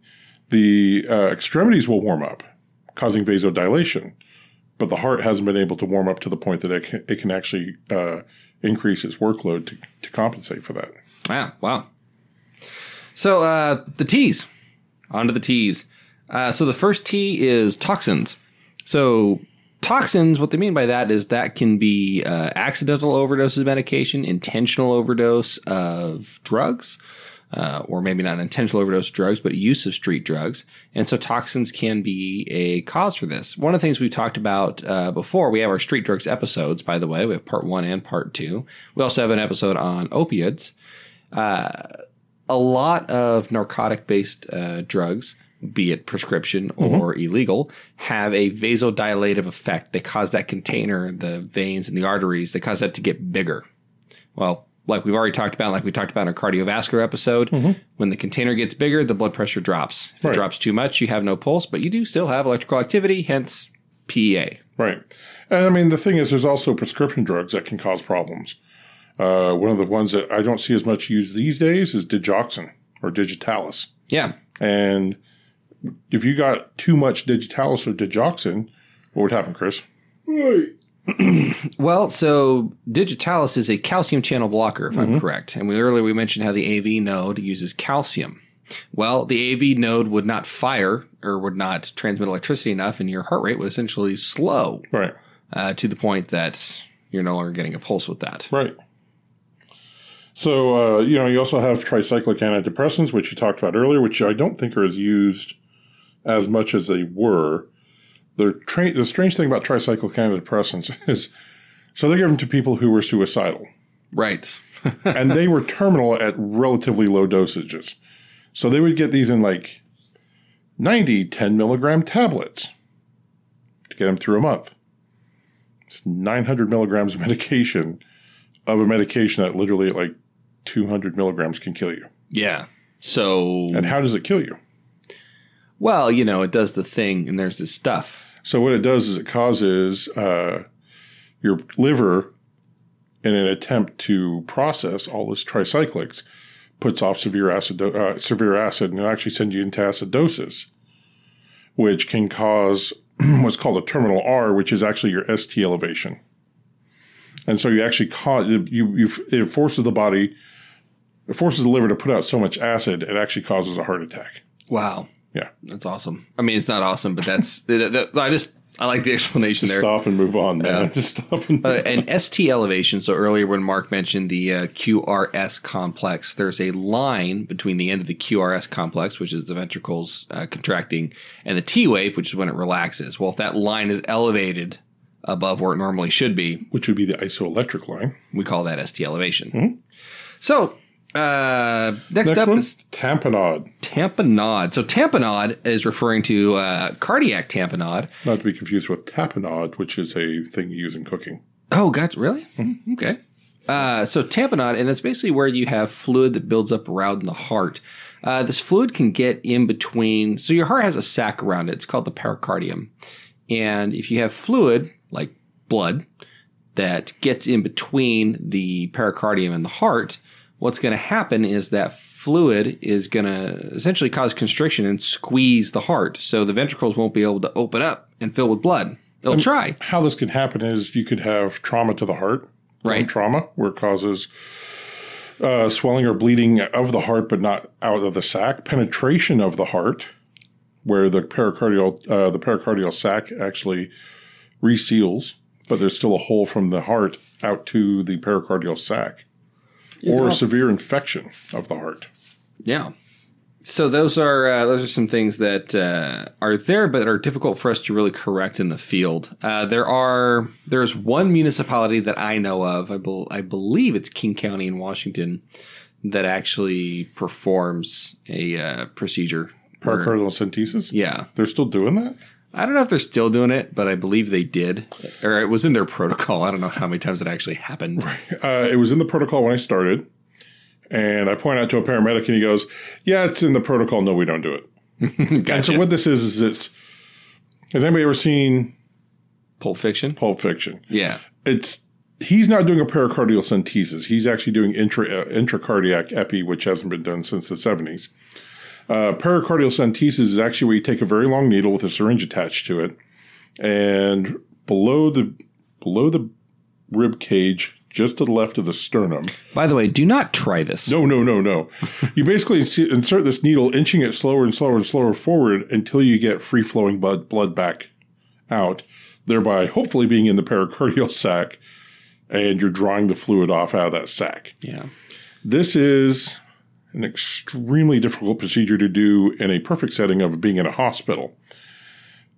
the uh, extremities will warm up, causing vasodilation. But the heart hasn't been able to warm up to the point that it can, it can actually uh, increase its workload to, to compensate for that.
Wow, wow. So uh, the T's. Onto the T's. Uh, so the first T is toxins. So toxins, what they mean by that is that can be uh, accidental overdose of medication, intentional overdose of drugs, uh, or maybe not intentional overdose of drugs, but use of street drugs. And so toxins can be a cause for this. One of the things we've talked about uh, before, we have our street drugs episodes, by the way. We have part one and part two. We also have an episode on opioids a lot of narcotic based uh, drugs, be it prescription or illegal, have a vasodilative effect. They cause that container, the veins and the arteries, they cause that to get bigger. Well, like we've already talked about, like we talked about in our cardiovascular episode, when the container gets bigger, the blood pressure drops. If it
Right.
drops too much, you have no pulse, but you do still have electrical activity, hence E PEA.
Right. And I mean, the thing is, there's also prescription drugs that can cause problems. Uh, one of the ones that I don't see as much used these days is digoxin or digitalis.
Yeah.
And if you got too much digitalis or digoxin, what would happen, Chris?
Well, so digitalis is a calcium channel blocker, if
Mm-hmm.
I'm correct. And we earlier we mentioned how the AV node uses calcium. Well, the AV node would not fire or would not transmit electricity enough, and your heart rate would essentially slow
Right.
uh, to the point that you're no longer getting a pulse with that.
Right. So uh, you know, you also have tricyclic antidepressants, which you talked about earlier, which I don't think are as used as much as they were. The tra- [LAUGHS] the strange thing about tricyclic antidepressants is, so they're given to people who were suicidal,
Right.
and they were terminal at relatively low dosages. So they would get these in like 90, 10 milligram tablets to get them through a month. It's 900 milligrams of medication of a medication that literally at like 200 milligrams can kill you.
Yeah. So,
And how does it kill you?
well, you know, it does the thing, and there's this stuff.
So what it does is it causes uh, your liver, in an attempt to process all this tricyclics, puts off severe acid, uh, severe acid, and it'll actually send you into acidosis, which can cause [CLEARS THROAT] what's called a terminal R, which is actually your ST elevation. And so you actually cause you you it forces the body, it forces the liver to put out so much acid it actually causes a heart attack.
Wow.
Yeah.
That's awesome. I mean, it's not awesome, but that's, [LAUGHS] that, that- I just, I like the explanation there.
Stop and move on, man.
Yeah.
Just [LAUGHS] stop and
Uh, and ST elevation. So earlier, when Mark mentioned the uh, QRS complex, there's a line between the end of the QRS complex, which is the ventricles uh, contracting, and the T wave, which is when it relaxes. Well, if that line is elevated above where it normally should be,
which would be the isoelectric line.
we call that ST elevation. So uh, next,
Next
up
one,
is
tamponade,
tamponade. So tamponade is referring to uh, cardiac tamponade.
not to be confused with tapenade, which is a thing you use in cooking.
Oh, gotcha. Really? Okay. Uh, so tamponade, and that's basically where you have fluid that builds up around the heart. Uh, this fluid can get in between. So your heart has a sac around it. It's called the pericardium. And if you have fluid, like blood, that gets in between the pericardium and the heart, what's going to happen is that fluid is going to essentially cause constriction and squeeze the heart. So the ventricles won't be able to open up and fill with blood. They'll try.
How this can happen is you could have trauma to the heart, lung
Right.
Trauma where it causes uh, swelling or bleeding of the heart, but not out of the sac. Penetration of the heart, where the pericardial uh, the pericardial sac actually reseals, but there's still a hole from the heart out to the pericardial sac, or severe infection of the heart.
Yeah. So those are uh, those are some things that uh, are there, but are difficult for us to really correct in the field. Uh, there are there's one municipality that I know of. I, bel I believe it's King County in Washington that actually performs a uh, procedure. where-
Pericardial synthesis.
yeah,
They're still doing that?
I don't know if they're still doing it, but I believe they did, or it was in their protocol. I don't know how many times it actually happened.
Uh, it was in the protocol when I started. And I point out to a paramedic and he goes, Yeah, it's in the protocol. No, we don't do it. And
[LAUGHS] gotcha.
so what this is, is it's, has anybody ever seen
Pulp Fiction.
Pulp Fiction?
Yeah.
It's, he's not doing a pericardial synthesis. He's actually doing intra, uh, intracardiac epi, which hasn't been done since the 70s. Uh, pericardial synthesis is actually where you take a very long needle with a syringe attached to it and below the, below the rib cage, just to the left of the sternum,
By the way, do not try this.
no, no, no, no. you basically inse- insert this needle, inching it slower and slower and slower forward until you get free flowing blood, blood back out, thereby hopefully being in the pericardial [LAUGHS] sac and you're drawing the fluid off out of that sac.
Yeah.
This is an extremely difficult procedure to do in a perfect setting of being in a hospital.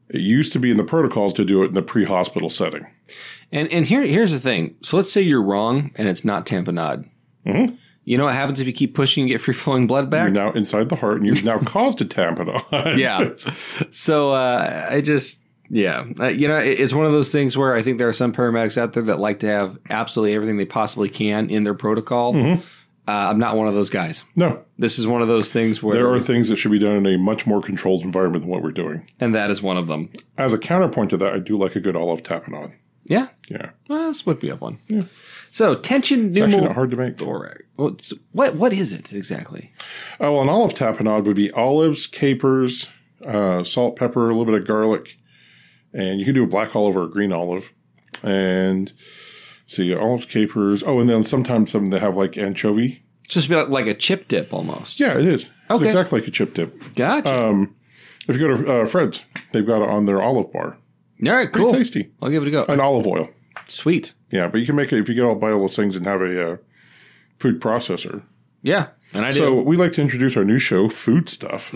It used to be in the protocols to do it in the pre hospital setting.
And and here here's the thing. So let's say you're wrong and it's not tamponade.
Mm-hmm.
You know what happens if you keep pushing and get free flowing blood
You're
back?
now inside the heart and you've now [LAUGHS] caused a
[LAUGHS]
tamponade.
Yeah. So uh, I just yeah, uh, you know it, it's one of those things where I think there are some paramedics out there that like to have absolutely everything they possibly can in their protocol.
Mm-hmm.
Uh, I'm not one of those guys.
No,
This is one of those things where,
There are things that should be done in a much more controlled environment than what we're doing.
and that is one of them.
As a counterpoint to that, I do like a good olive tapping on.
Yeah.
Yeah.
Well, this would be up one. So tension
Actually, not
pneumothorax.
hard to make. Oh,
Well, it's- What what is it exactly?
well, Oh, an olive tapenade would be olives, capers, uh, salt, pepper, a little bit of garlic, and you can do a black olive or a green olive. And see, olives, capers. Oh, and then sometimes some that have like anchovy.
It's just about like a chip dip almost.
Yeah, it is. It's
Okay.
exactly like a chip dip.
Gotcha.
If you go to uh, Fred's, they've got it on their olive bar.
All right,
Pretty
cool.
tasty.
I'll give it a go.
And olive oil.
Sweet.
Yeah, but you can make it if you get all buy all those things and have a uh, food processor.
Yeah. And I
So we like to introduce our new show, Food Stuff.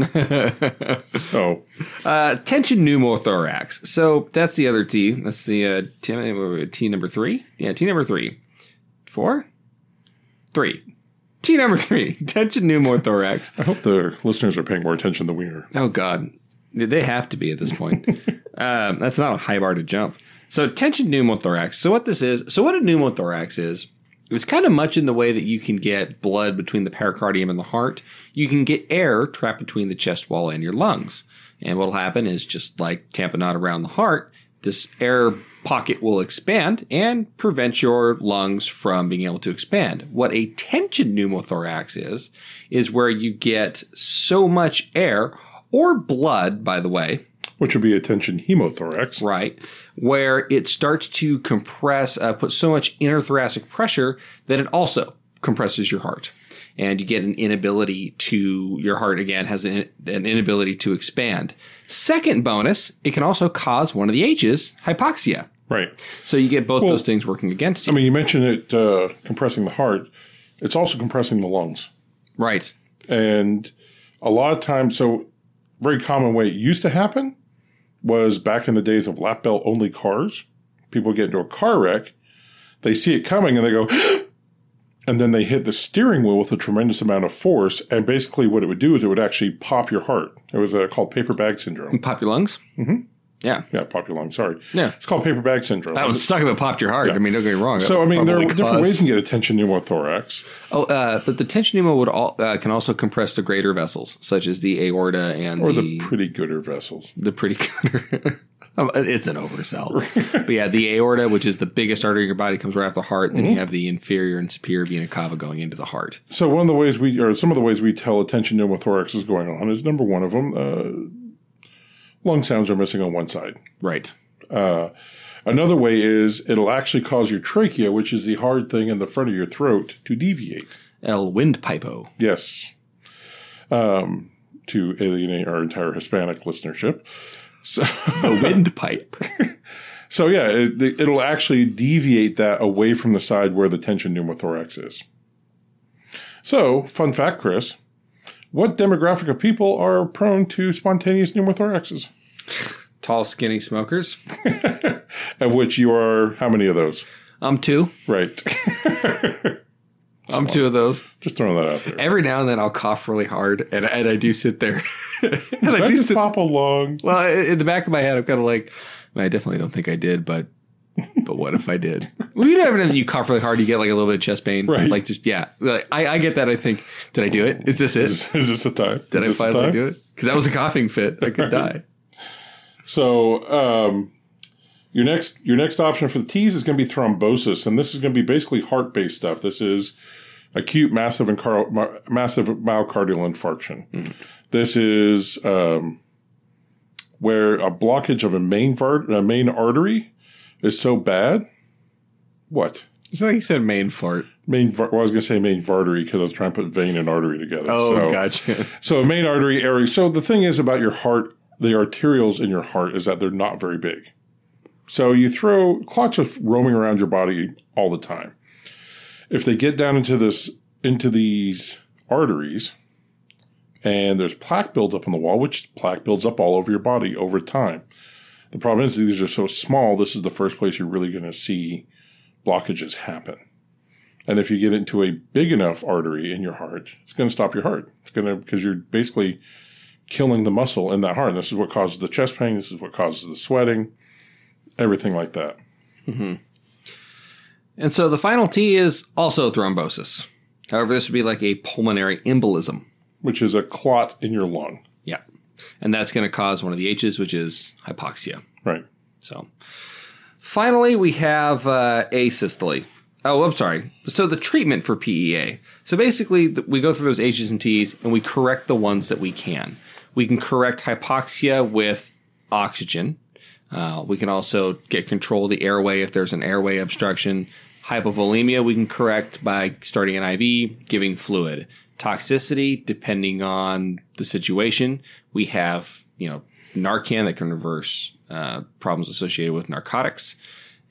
so
[LAUGHS] Uh, tension pneumothorax. So that's the other T. That's the uh, T, T number three. Yeah, T number three. Four? three. T number three, [LAUGHS] tension pneumothorax. [LAUGHS]
I hope the listeners are paying more attention than we are.
Oh God, they have to be at this point. um, that's not a high bar to jump. So tension pneumothorax. So what this is? So what a pneumothorax is? It's kind of much in the way that you can get blood between the pericardium and the heart. You can get air trapped between the chest wall and your lungs. And what'll happen is just like tamponade around the heart, this air pocket will expand and prevent your lungs from being able to expand. What a tension pneumothorax is, is where you get so much air or blood, by the way,
Which would be attention hemothorax.
right, where it starts to compress, uh, put so much inner thoracic pressure that it also compresses your heart. And you get an inability to, your heart again has an, an inability to expand. Second bonus, it can also cause one of the H's, hypoxia.
Right.
So you get both those things working against you.
I mean, you mentioned it uh, compressing the heart. It's also compressing the lungs.
right.
And a lot of times, so very common way it used to happen was back in the days of lap belt only cars. People get into a car wreck, they see it coming and they go, [GASPS] and then they hit the steering wheel with a tremendous amount of force. And basically, what it would do is it would actually pop your heart. It was uh, called paper
[LAUGHS]
bag syndrome.
Pop your lungs. Mm-hmm. Yeah.
Yeah, pop your lung. Sorry.
Yeah.
It's called paper bag syndrome.
I was talking about popped your heart. I mean, don't get me wrong.
so, I mean, there are
Probably
different ways
caused-
to get attention pneumothorax.
Oh, uh, but the tension pneumo would all, uh, can also compress the greater vessels, such as the aorta and
Or
the,
the pretty gooder vessels.
the pretty cutter. [LAUGHS] Um, it's an [LAUGHS] oversell. but yeah, the aorta, which is the biggest artery in your body, comes right off the heart. And then you have the inferior and superior vena cava going into the heart.
So one of the ways we, or some of the ways we tell attention pneumothorax is going on is number one of them, uh, lung sounds are missing on one side.
Right.
Another way is it'll actually cause your trachea, which is the hard thing in the front of your throat, to deviate.
El [LAUGHS] windpipo.
Yes. Um, to alienate our entire Hispanic listenership. So,
The windpipe.
so yeah, it, it'll actually deviate that away from the side where the tension pneumothorax is. So, fun fact, Chris, what demographic of people are prone to spontaneous pneumothoraxes?
Tall, skinny smokers.
Of which you are how many of those?
I'm two.
Right. [LAUGHS]
I'm two of those.
Just throwing that out there.
Every now and then I'll cough really hard, and, and I do sit there. [LAUGHS] and I
I
do
just
sit.
pop along.
Well, i- in the back of my head, I'm kind of like, I definitely don't think I did, but but what if I did?
[LAUGHS]
Well, you know, every you cough really hard, you get like a little bit of chest pain,
Right.
Like just yeah, like, I, I get that. I think, did I do it? Is this it?
Is, is this the time?
Did
is
I
this the
finally
time?
do it? Because that was a coughing fit. I
[LAUGHS]
could die.
So um, your next your next option for the T's is going to be thrombosis, and this is going to be basically heart based stuff. This is acute massive and car- ma- massive myocardial infarction. This is um, where a blockage of a main var- a main artery is so bad. What?
It's like you said, main fart.
Main, var- well, I was going to say main artery because I was trying to put vein and artery together.
Oh,
So-
gotcha.
so a main artery area. So the thing is about your heart, the arterioles in your heart is that they're not very big. So you throw clots are roaming around your body all the time. If they get down into this into these arteries and there's plaque buildup on the wall, which plaque builds up all over your body over time. The problem is these are so small, this is the first place you're really going to see blockages happen. And if you get into a big enough artery in your heart, it's going to stop your heart. It's going to, because you're basically killing the muscle in that heart. And this is what causes the chest pain. This is what causes the sweating, everything like that.
And so the final T is also thrombosis. However, this would be like a pulmonary embolism.
Which is a clot in your lung.
Yeah, and that's going to cause one of the H's, which is hypoxia.
Right.
So, finally, we have uh, asystole. Oh, I'm sorry. So the treatment for PEA. So basically, th- we go through those H's and T's, and we correct the ones that we can. We can correct hypoxia with oxygen. Uh, we can also get control of the airway if there's an airway obstruction. Hypovolemia we can correct by starting an IV, giving fluid. Toxicity, depending on the situation, we have you know Narcan that can reverse uh, problems associated with narcotics,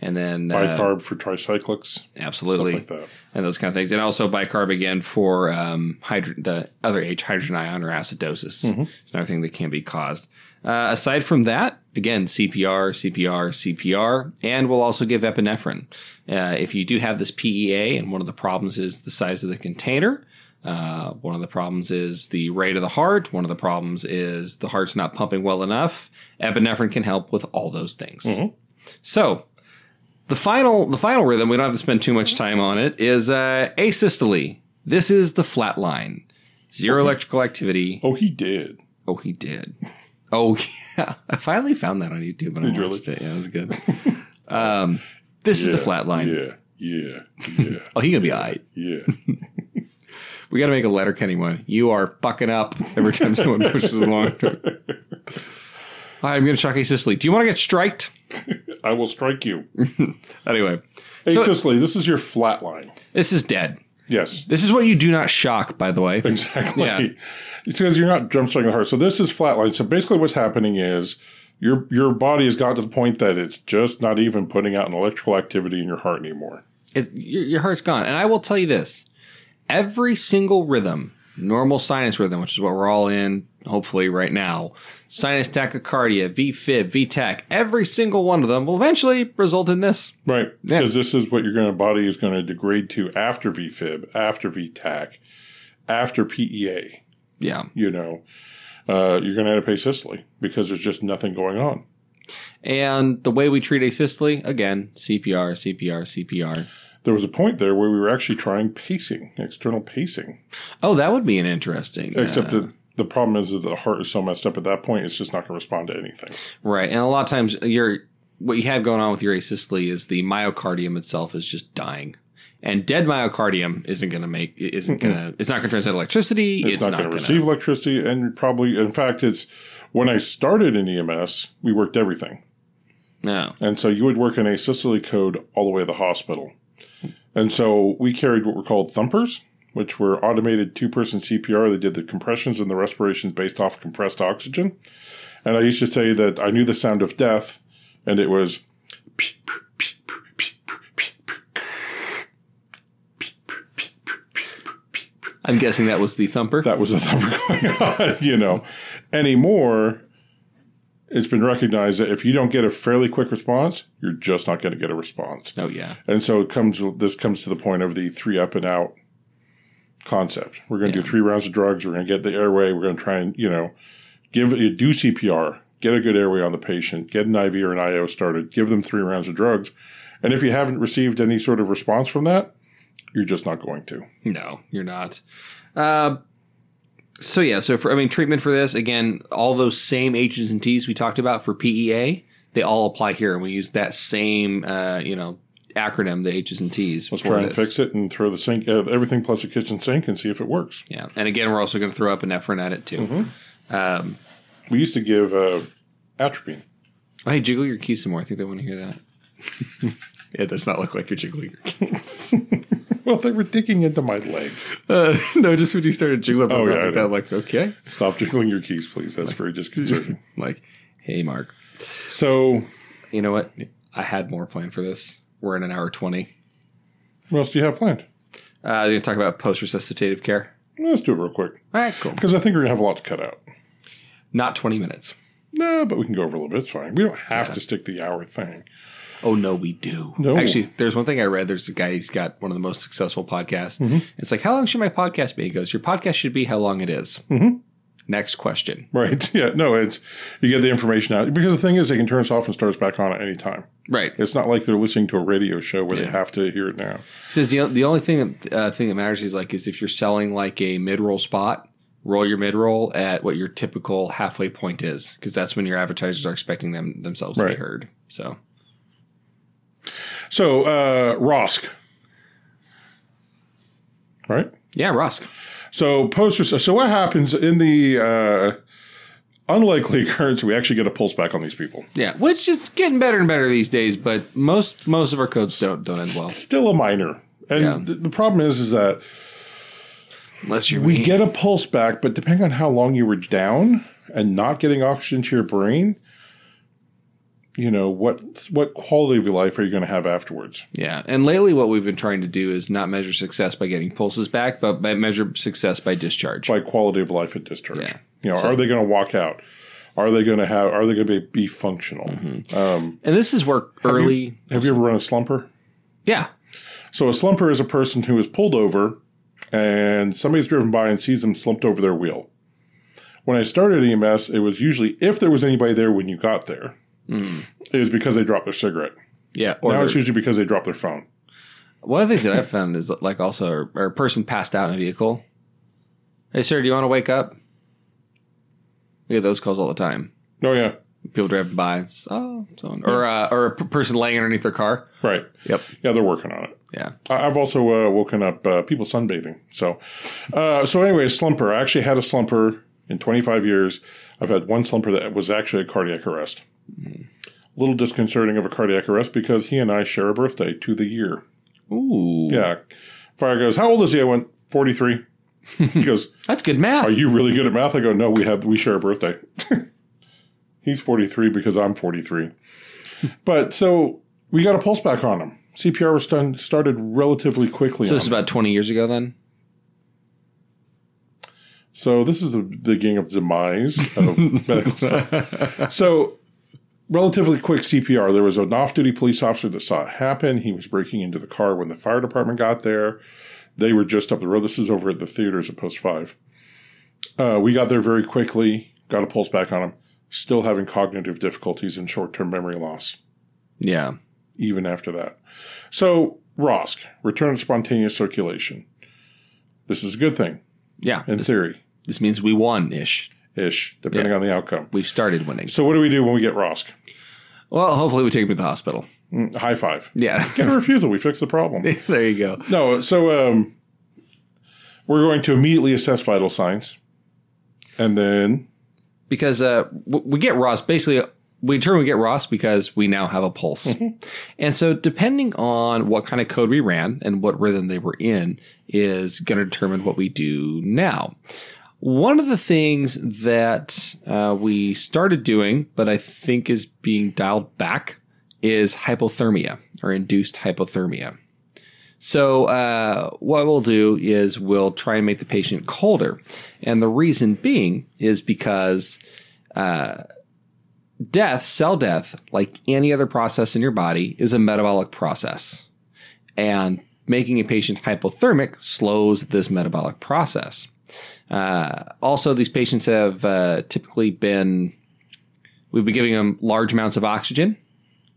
and then uh,
Bicarb for tricyclics,
absolutely,
like that.
and those kind of things, and also bicarb again for um, hydro- the other H, hydrogen ion or acidosis. It's another thing that can be caused. Uh, aside from that, again, CPR, CPR, CPR, and we'll also give epinephrine. Uh, if you do have this PEA, and one of the problems is the size of the container, uh, one of the problems is the rate of the heart, one of the problems is the heart's not pumping well enough. Epinephrine can help with all those things.
Mm-hmm.
So, the final the final rhythm we don't have to spend too
Mm-hmm.
much time on it is uh, asystole. This is the flat line, zero electrical activity.
Oh, he did.
Oh, he did. Oh [LAUGHS] yeah, I finally found that on YouTube and
Did
I
you
watched it. Yeah, it was
[LAUGHS]
good. Um, this is the
Yeah,
flat line.
Yeah, yeah, [LAUGHS] yeah,
Oh, he gonna be alright.
yeah.
We got to make a letter, Kenny. One, you are fucking up every time someone pushes along. I'm gonna shock asystole. Do you want to get striked?
I will strike you.
Anyway,
Hey,
So-
Cicely, this is your flat line.
this is dead.
Yes,
This is what you do not shock, by the way.
[LAUGHS] exactly.
Yeah.
It's because you're not jump starting the heart. So this is flat line. So basically, what's happening is your your body has gotten to the point that it's just not even putting out an electrical activity in your heart anymore.
It, your, your heart's gone. And I will tell you this every single rhythm, normal sinus rhythm, which is what we're all in, hopefully, right now, sinus tachycardia, VFib, VTAC, every single one of them will eventually result in this.
Right.
Yeah.
Because this is what your gonna, body is going to degrade to after VFib, after VTAC, after PEA,
Yeah.
you know. Uh, you're going to have to pay Sicily because there's just nothing going on.
And the way we treat asystole, again, CPR, CPR, CPR.
There was a point there where we were actually trying pacing, external pacing,
Oh, that would be an interesting.
except
uh,
that the problem is that the heart is so messed up at that point, it's just not going to respond to anything.
Right. And a lot of times your what you have going on with your asystole is the myocardium itself is just dying. And dead myocardium isn't going to make isn't going to it's not going to transmit electricity,
It's,
it's,
not,
not,
going to
going
receive
to
electricity, and probably, in fact, it's when I started in EMS, we worked everything.
No.
And so you would work in a Sicily code all the way to the hospital. And so we carried what were called thumpers, which were automated two person CPR. They did the compressions and the respirations based off compressed oxygen. And I used to say that I knew the sound of death, and it was.
I'm guessing that was the thumper.
that was the thumper [LAUGHS] going on, you know. Anymore, it's been recognized that if you don't get a fairly quick response, you're just not going to get a response.
oh yeah.
And so it comes. This comes to the point of the three up and out concept. We're going to do three rounds of drugs. We're going to get the airway. We're going to try and you know give do CPR, get a good airway on the patient, get an IV or an IO started, give them three rounds of drugs, and if you haven't received any sort of response from that, you're just not going to.
No, you're not. Uh, so yeah, so for I mean treatment for this again, all those same H's and T's we talked about for PEA, they all apply here and we use that same uh, you know, acronym the H's and T's.
Let's
for
try and
this.
fix it and throw the sink, uh, everything plus the kitchen sink, and see if it works.
Yeah, and again, we're also going to throw up an epinephrine at it too. Um,
We used to give uh, atropine.
oh, hey, jiggle your keys some more. I think they want to hear [LAUGHS] that. it does not look like you're jiggling your keys.
Well, they were digging into my leg.
uh, [LAUGHS] no, just when you started jiggling,
Oh,
oh,
yeah, I
yeah,
know.
that, like okay,
Stop jiggling your keys, please. That's very [LAUGHS] disconcerting.
like hey, Mark,
so,
you know what? I had more planned for this. We're in an hour twenty.
what else do you have planned?
Uh, we're going to talk about post resuscitative care.
Let's do it real quick
All right, cool.
because I think we're gonna have a lot to cut out.
Not twenty minutes.
No, but we can go over a little bit. It's fine. We don't have to stick the hour thing.
Oh no, we do.
No.
Actually, there's one thing I read. There's a guy. He's got one of the most successful podcasts.
Mm-hmm.
It's like, how long should my podcast be? He goes, your podcast should be how long it is."
Mm-hmm.
Next question.
Right? [LAUGHS] Yeah. No, it's you get the information out because the thing is they can turn us off and start us back on at any time.
Right.
It's not like they're listening to a radio show where they have to hear it now.
He says the, the only thing that, uh, thing that matters is like is if you're selling like a mid roll spot, roll your mid roll at what your typical halfway point is because that's when your advertisers are expecting them themselves to
Right.
be heard. So
So, uh, Rosk, right?
yeah, Rusk.
So posters. So what happens in the uh, unlikely [LAUGHS] occurrence we actually get a pulse back on these people?
Yeah, which is getting better and better these days, but most most of our codes don't don't end well
Still a minor, and
Yeah.
th- the problem is is that
unless you're
we get a pulse back, but depending on how long you were down and not getting oxygen to your brain, you know what what quality of life are you going to have afterwards?
Yeah. And lately, what we've been trying to do is not measure success by getting pulses back, but by measure success by discharge.
By quality of life at discharge,
Yeah.
you know,
So-
are they going to walk out? Are they going to have? Are they going to be, be functional?
Mm-hmm.
Um,
and this is where early.
have you ever run a slumper?
yeah.
So a slumper is a person who is pulled over and somebody's driven by and sees them slumped over their wheel. When I started EMS, it was usually if there was anybody there when you got there, it was because they dropped their cigarette.
Mm-hmm. Yeah. Or
now
they're-
it's usually because they dropped their phone.
One of the things that I've found is that, like also or, or a person passed out in a vehicle. Hey sir, do you want to wake up? We get those calls all the time.
Oh yeah,
People driving by, it's, oh, so or uh, or a p- person laying underneath their car.
right.
Yep.
Yeah, they're working on it.
Yeah.
I- I've also uh, woken up uh, people sunbathing. So, uh, so anyway, slumper. I actually had a slumper in 25 years. I've had one slumper that was actually a cardiac arrest.
Hmm.
A little disconcerting of a cardiac arrest because he and I share a birthday to the year.
Ooh.
Yeah. Fire goes, How old is he? I went, 43. He goes,
That's good math.
Are you really good at math? I go, No, we have we share a birthday. [LAUGHS] He's 43 because I'm 43. But so we got a pulse back on him. CPR was done, started relatively quickly.
so
on
this is
him.
about twenty years ago
[LAUGHS]
then.
so this is the beginning of demise of [LAUGHS]
[LAUGHS]
medical stuff. So relatively quick CPR. There was an off-duty police officer that saw it happen. He was breaking into the car when the fire department got there. They were just up the road. This is over at the theaters at Post Five. Uh, we got there very quickly. Got a pulse back on him. Still having cognitive difficulties and short-term memory loss
Yeah.
even after that. So ROSC, return to spontaneous circulation. This is a good thing
Yeah.
in
This,
theory
this means we won ish.
ish, depending
Yeah.
on the outcome.
We've started winning.
So what do we do when we get ROSC?
Well, hopefully we take him to the hospital.
Mm, High five.
Yeah.
Get a refusal. We fixed
[LAUGHS]
the problem.
[LAUGHS] there you go.
No, so um, we're going to immediately assess vital signs, and then
because uh, w- we get Ross basically. uh, We determine we get Ross because we now have a pulse, and so depending on what kind of code we ran and what rhythm they were in is going to determine what we do now. One of the things that uh, we started doing, but I think is being dialed back, is hypothermia or induced hypothermia. So uh, what we'll do is we'll try and make the patient colder, and the reason being is because uh, death, cell death, like any other process in your body, is a metabolic process, and making a patient hypothermic slows this metabolic process. Uh, also, these patients have uh, typically been we've been giving them large amounts of oxygen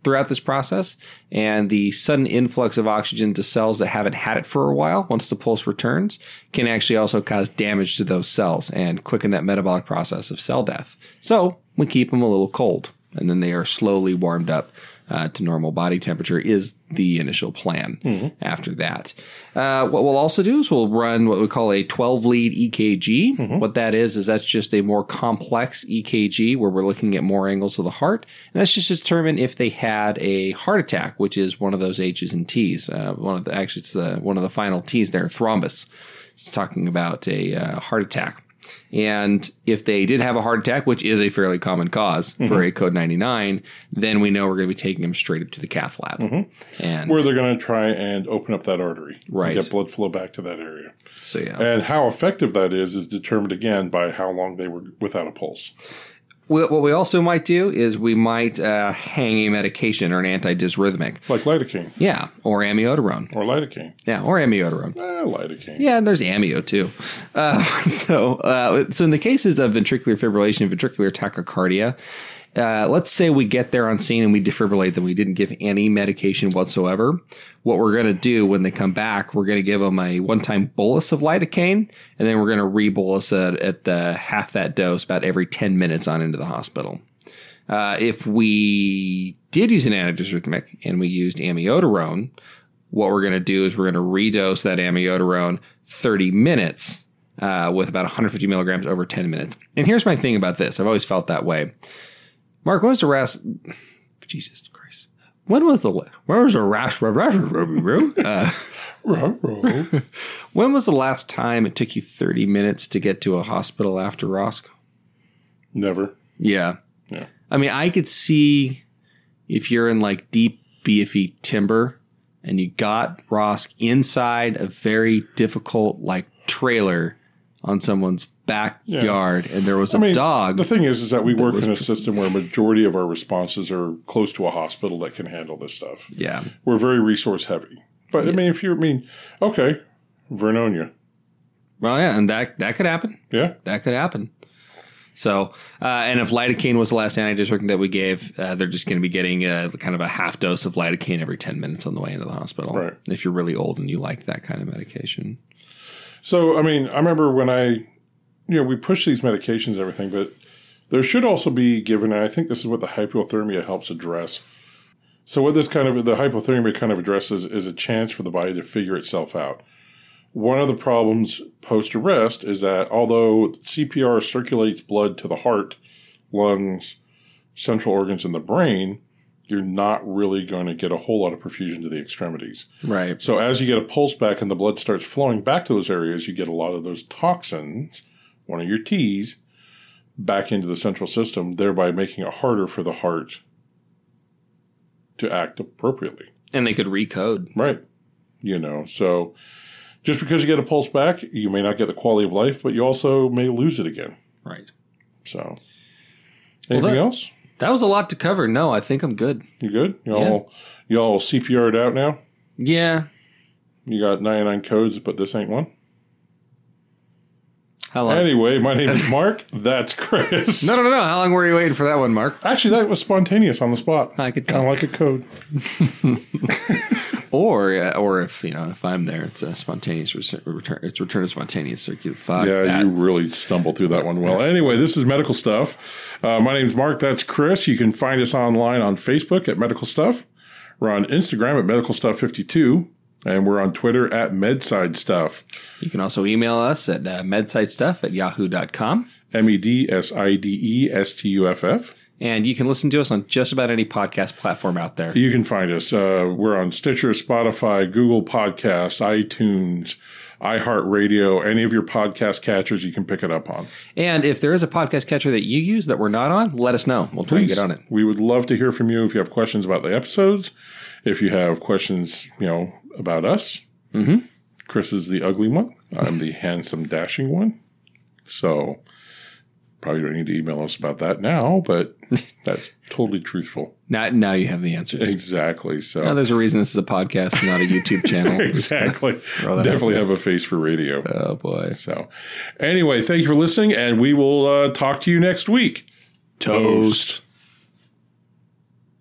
throughout this process, and the sudden influx of oxygen to cells that haven't had it for a while, once the pulse returns, can actually also cause damage to those cells and quicken that metabolic process of cell death. So we keep them a little cold, and then they are slowly warmed up. Uh, to normal body temperature is the initial plan after that. Uh, what we'll also do is we'll run what we call a 12 lead EKG. What that is, is that's just a more complex EKG where we're looking at more angles of the heart. And that's just to determine if they had a heart attack, which is one of those H's and T's. Uh, one of the, actually, it's uh, one of the final T's there, thrombus. It's talking about a uh, heart attack. And if they did have a heart attack, which is a fairly common because for a code 99, then we know we're going to be taking them straight up to the cath lab. And
where they're going to try and open up that artery, and
Right.
Get blood flow back to that area,
so, yeah.
and how effective that is is determined again by how long they were without a pulse.
Well, what we also might do is we might uh, hang a medication or an antidysrhythmic.
like lidocaine
Yeah, or amiodarone.
or lidocaine.
Yeah, or amiodarone.
Eh, lidocaine.
Yeah, and there's amio too. Uh, [LAUGHS] so, uh, so in the cases of ventricular fibrillation and ventricular tachycardia, uh, let's say we get there on scene and we defibrillate them. We didn't give any medication whatsoever. What we're going to do when they come back, we're going to give them a one-time bolus of lidocaine, and then we're going to re-bolus it at the half that dose about every 10 minutes on into the hospital. Uh, if we did use an antidysrhythmic and we used amiodarone, what we're going to do is we're going to redose that amiodarone 30 minutes uh, with about 150 milligrams over 10 minutes. And here's my thing about this. I've always felt that way. Mark, when was the last? Jesus Christ. When was the la- when was the rash? [LAUGHS] Uh,
Ruh,
[LAUGHS]
ruh.
when was the last time it took you 30 minutes to get to a hospital after Rosk?
Never.
Yeah.
Yeah.
I mean, I could see if you're in like deep beefy timber and you got Rosk inside a very difficult like trailer on someone's backyard and there was a
I mean,
dog.
The thing is, is that we work
was
in a system where majority of our responses are close to a hospital that can handle this stuff.
yeah.
We're very resource heavy. But I mean, if you I mean, okay, Vernonia,
Well, yeah, and that that could happen.
yeah,
That could happen. So, uh, and if lidocaine was the last antidisruptant that we gave, uh, they're just going to be getting a, kind of a half dose of lidocaine every 10 minutes on the way into the hospital.
Right.
If you're really old and you like that kind of medication.
So I mean, I remember when I, you know, we push these medications and everything, but there should also be given. And I think this is what the hypothermia helps address. So what this kind of the hypothermia kind of addresses is a chance for the body to figure itself out. One of the problems post arrest is that although CPR circulates blood to the heart, lungs, central organs, and the brain, you're not really going to get a whole lot of perfusion to the extremities.
Right.
So as you get a pulse back and the blood starts flowing back to those areas, you get a lot of those toxins, one of your T's, back into the central system, thereby making it harder for the heart to act appropriately.
And they could recode.
Right. You know, so just because you get a pulse back, you may not get the quality of life, but you also may lose it again.
Right.
So anything
that-
else?
That was a lot to cover. No, I think I'm good.
You good? You all you all CPR'd out now?
Yeah.
You got 99 codes, but this ain't one.
How long?
Anyway, my
[LAUGHS]
name is Mark. That's Chris.
no, no, no, no. How long were you waiting for that one, Mark?
Actually, that was spontaneous on the spot.
I could tell.
Kind of like a code.
Or, uh, or if, you know, if I'm there, it's a spontaneous res- return. It's return of spontaneous circuit. Fuck
yeah,
that.
you really stumbled through that one well. Anyway, this is Medical Stuff. Uh, my name's Mark. That's Chris. You can find us online on Facebook at Medical Stuff. We're on Instagram at Medical Stuff 52. And we're on Twitter at MedSide Stuff.
You can also email us at uh, medsitestuff at yahoo.com.
M E D S I D E S T U F F.
And you can listen to us on just about any podcast platform out there.
You can find us. Uh, we're on Stitcher, Spotify, Google Podcasts, iTunes, iHeartRadio, any of your podcast catchers you can pick it up on.
And if there is a podcast catcher that you use that we're not on, let us know. We'll try and
Please,
get on it.
We would love to hear from you if you have questions about the episodes, if you have questions, you know, about us. Mm-hmm. Chris is the ugly one. I'm the [LAUGHS] handsome, dashing one. So probably don't need to email us about that now,
[LAUGHS]
but that's totally truthful.
Now, now you have the answers.
Exactly. So
Now there's a reason this is a podcast and not a YouTube channel. [LAUGHS]
[LAUGHS] exactly.
that out
Definitely have a face for radio.
Oh, boy.
So anyway, thank you for listening, and we will uh, talk to you next week.
Toast.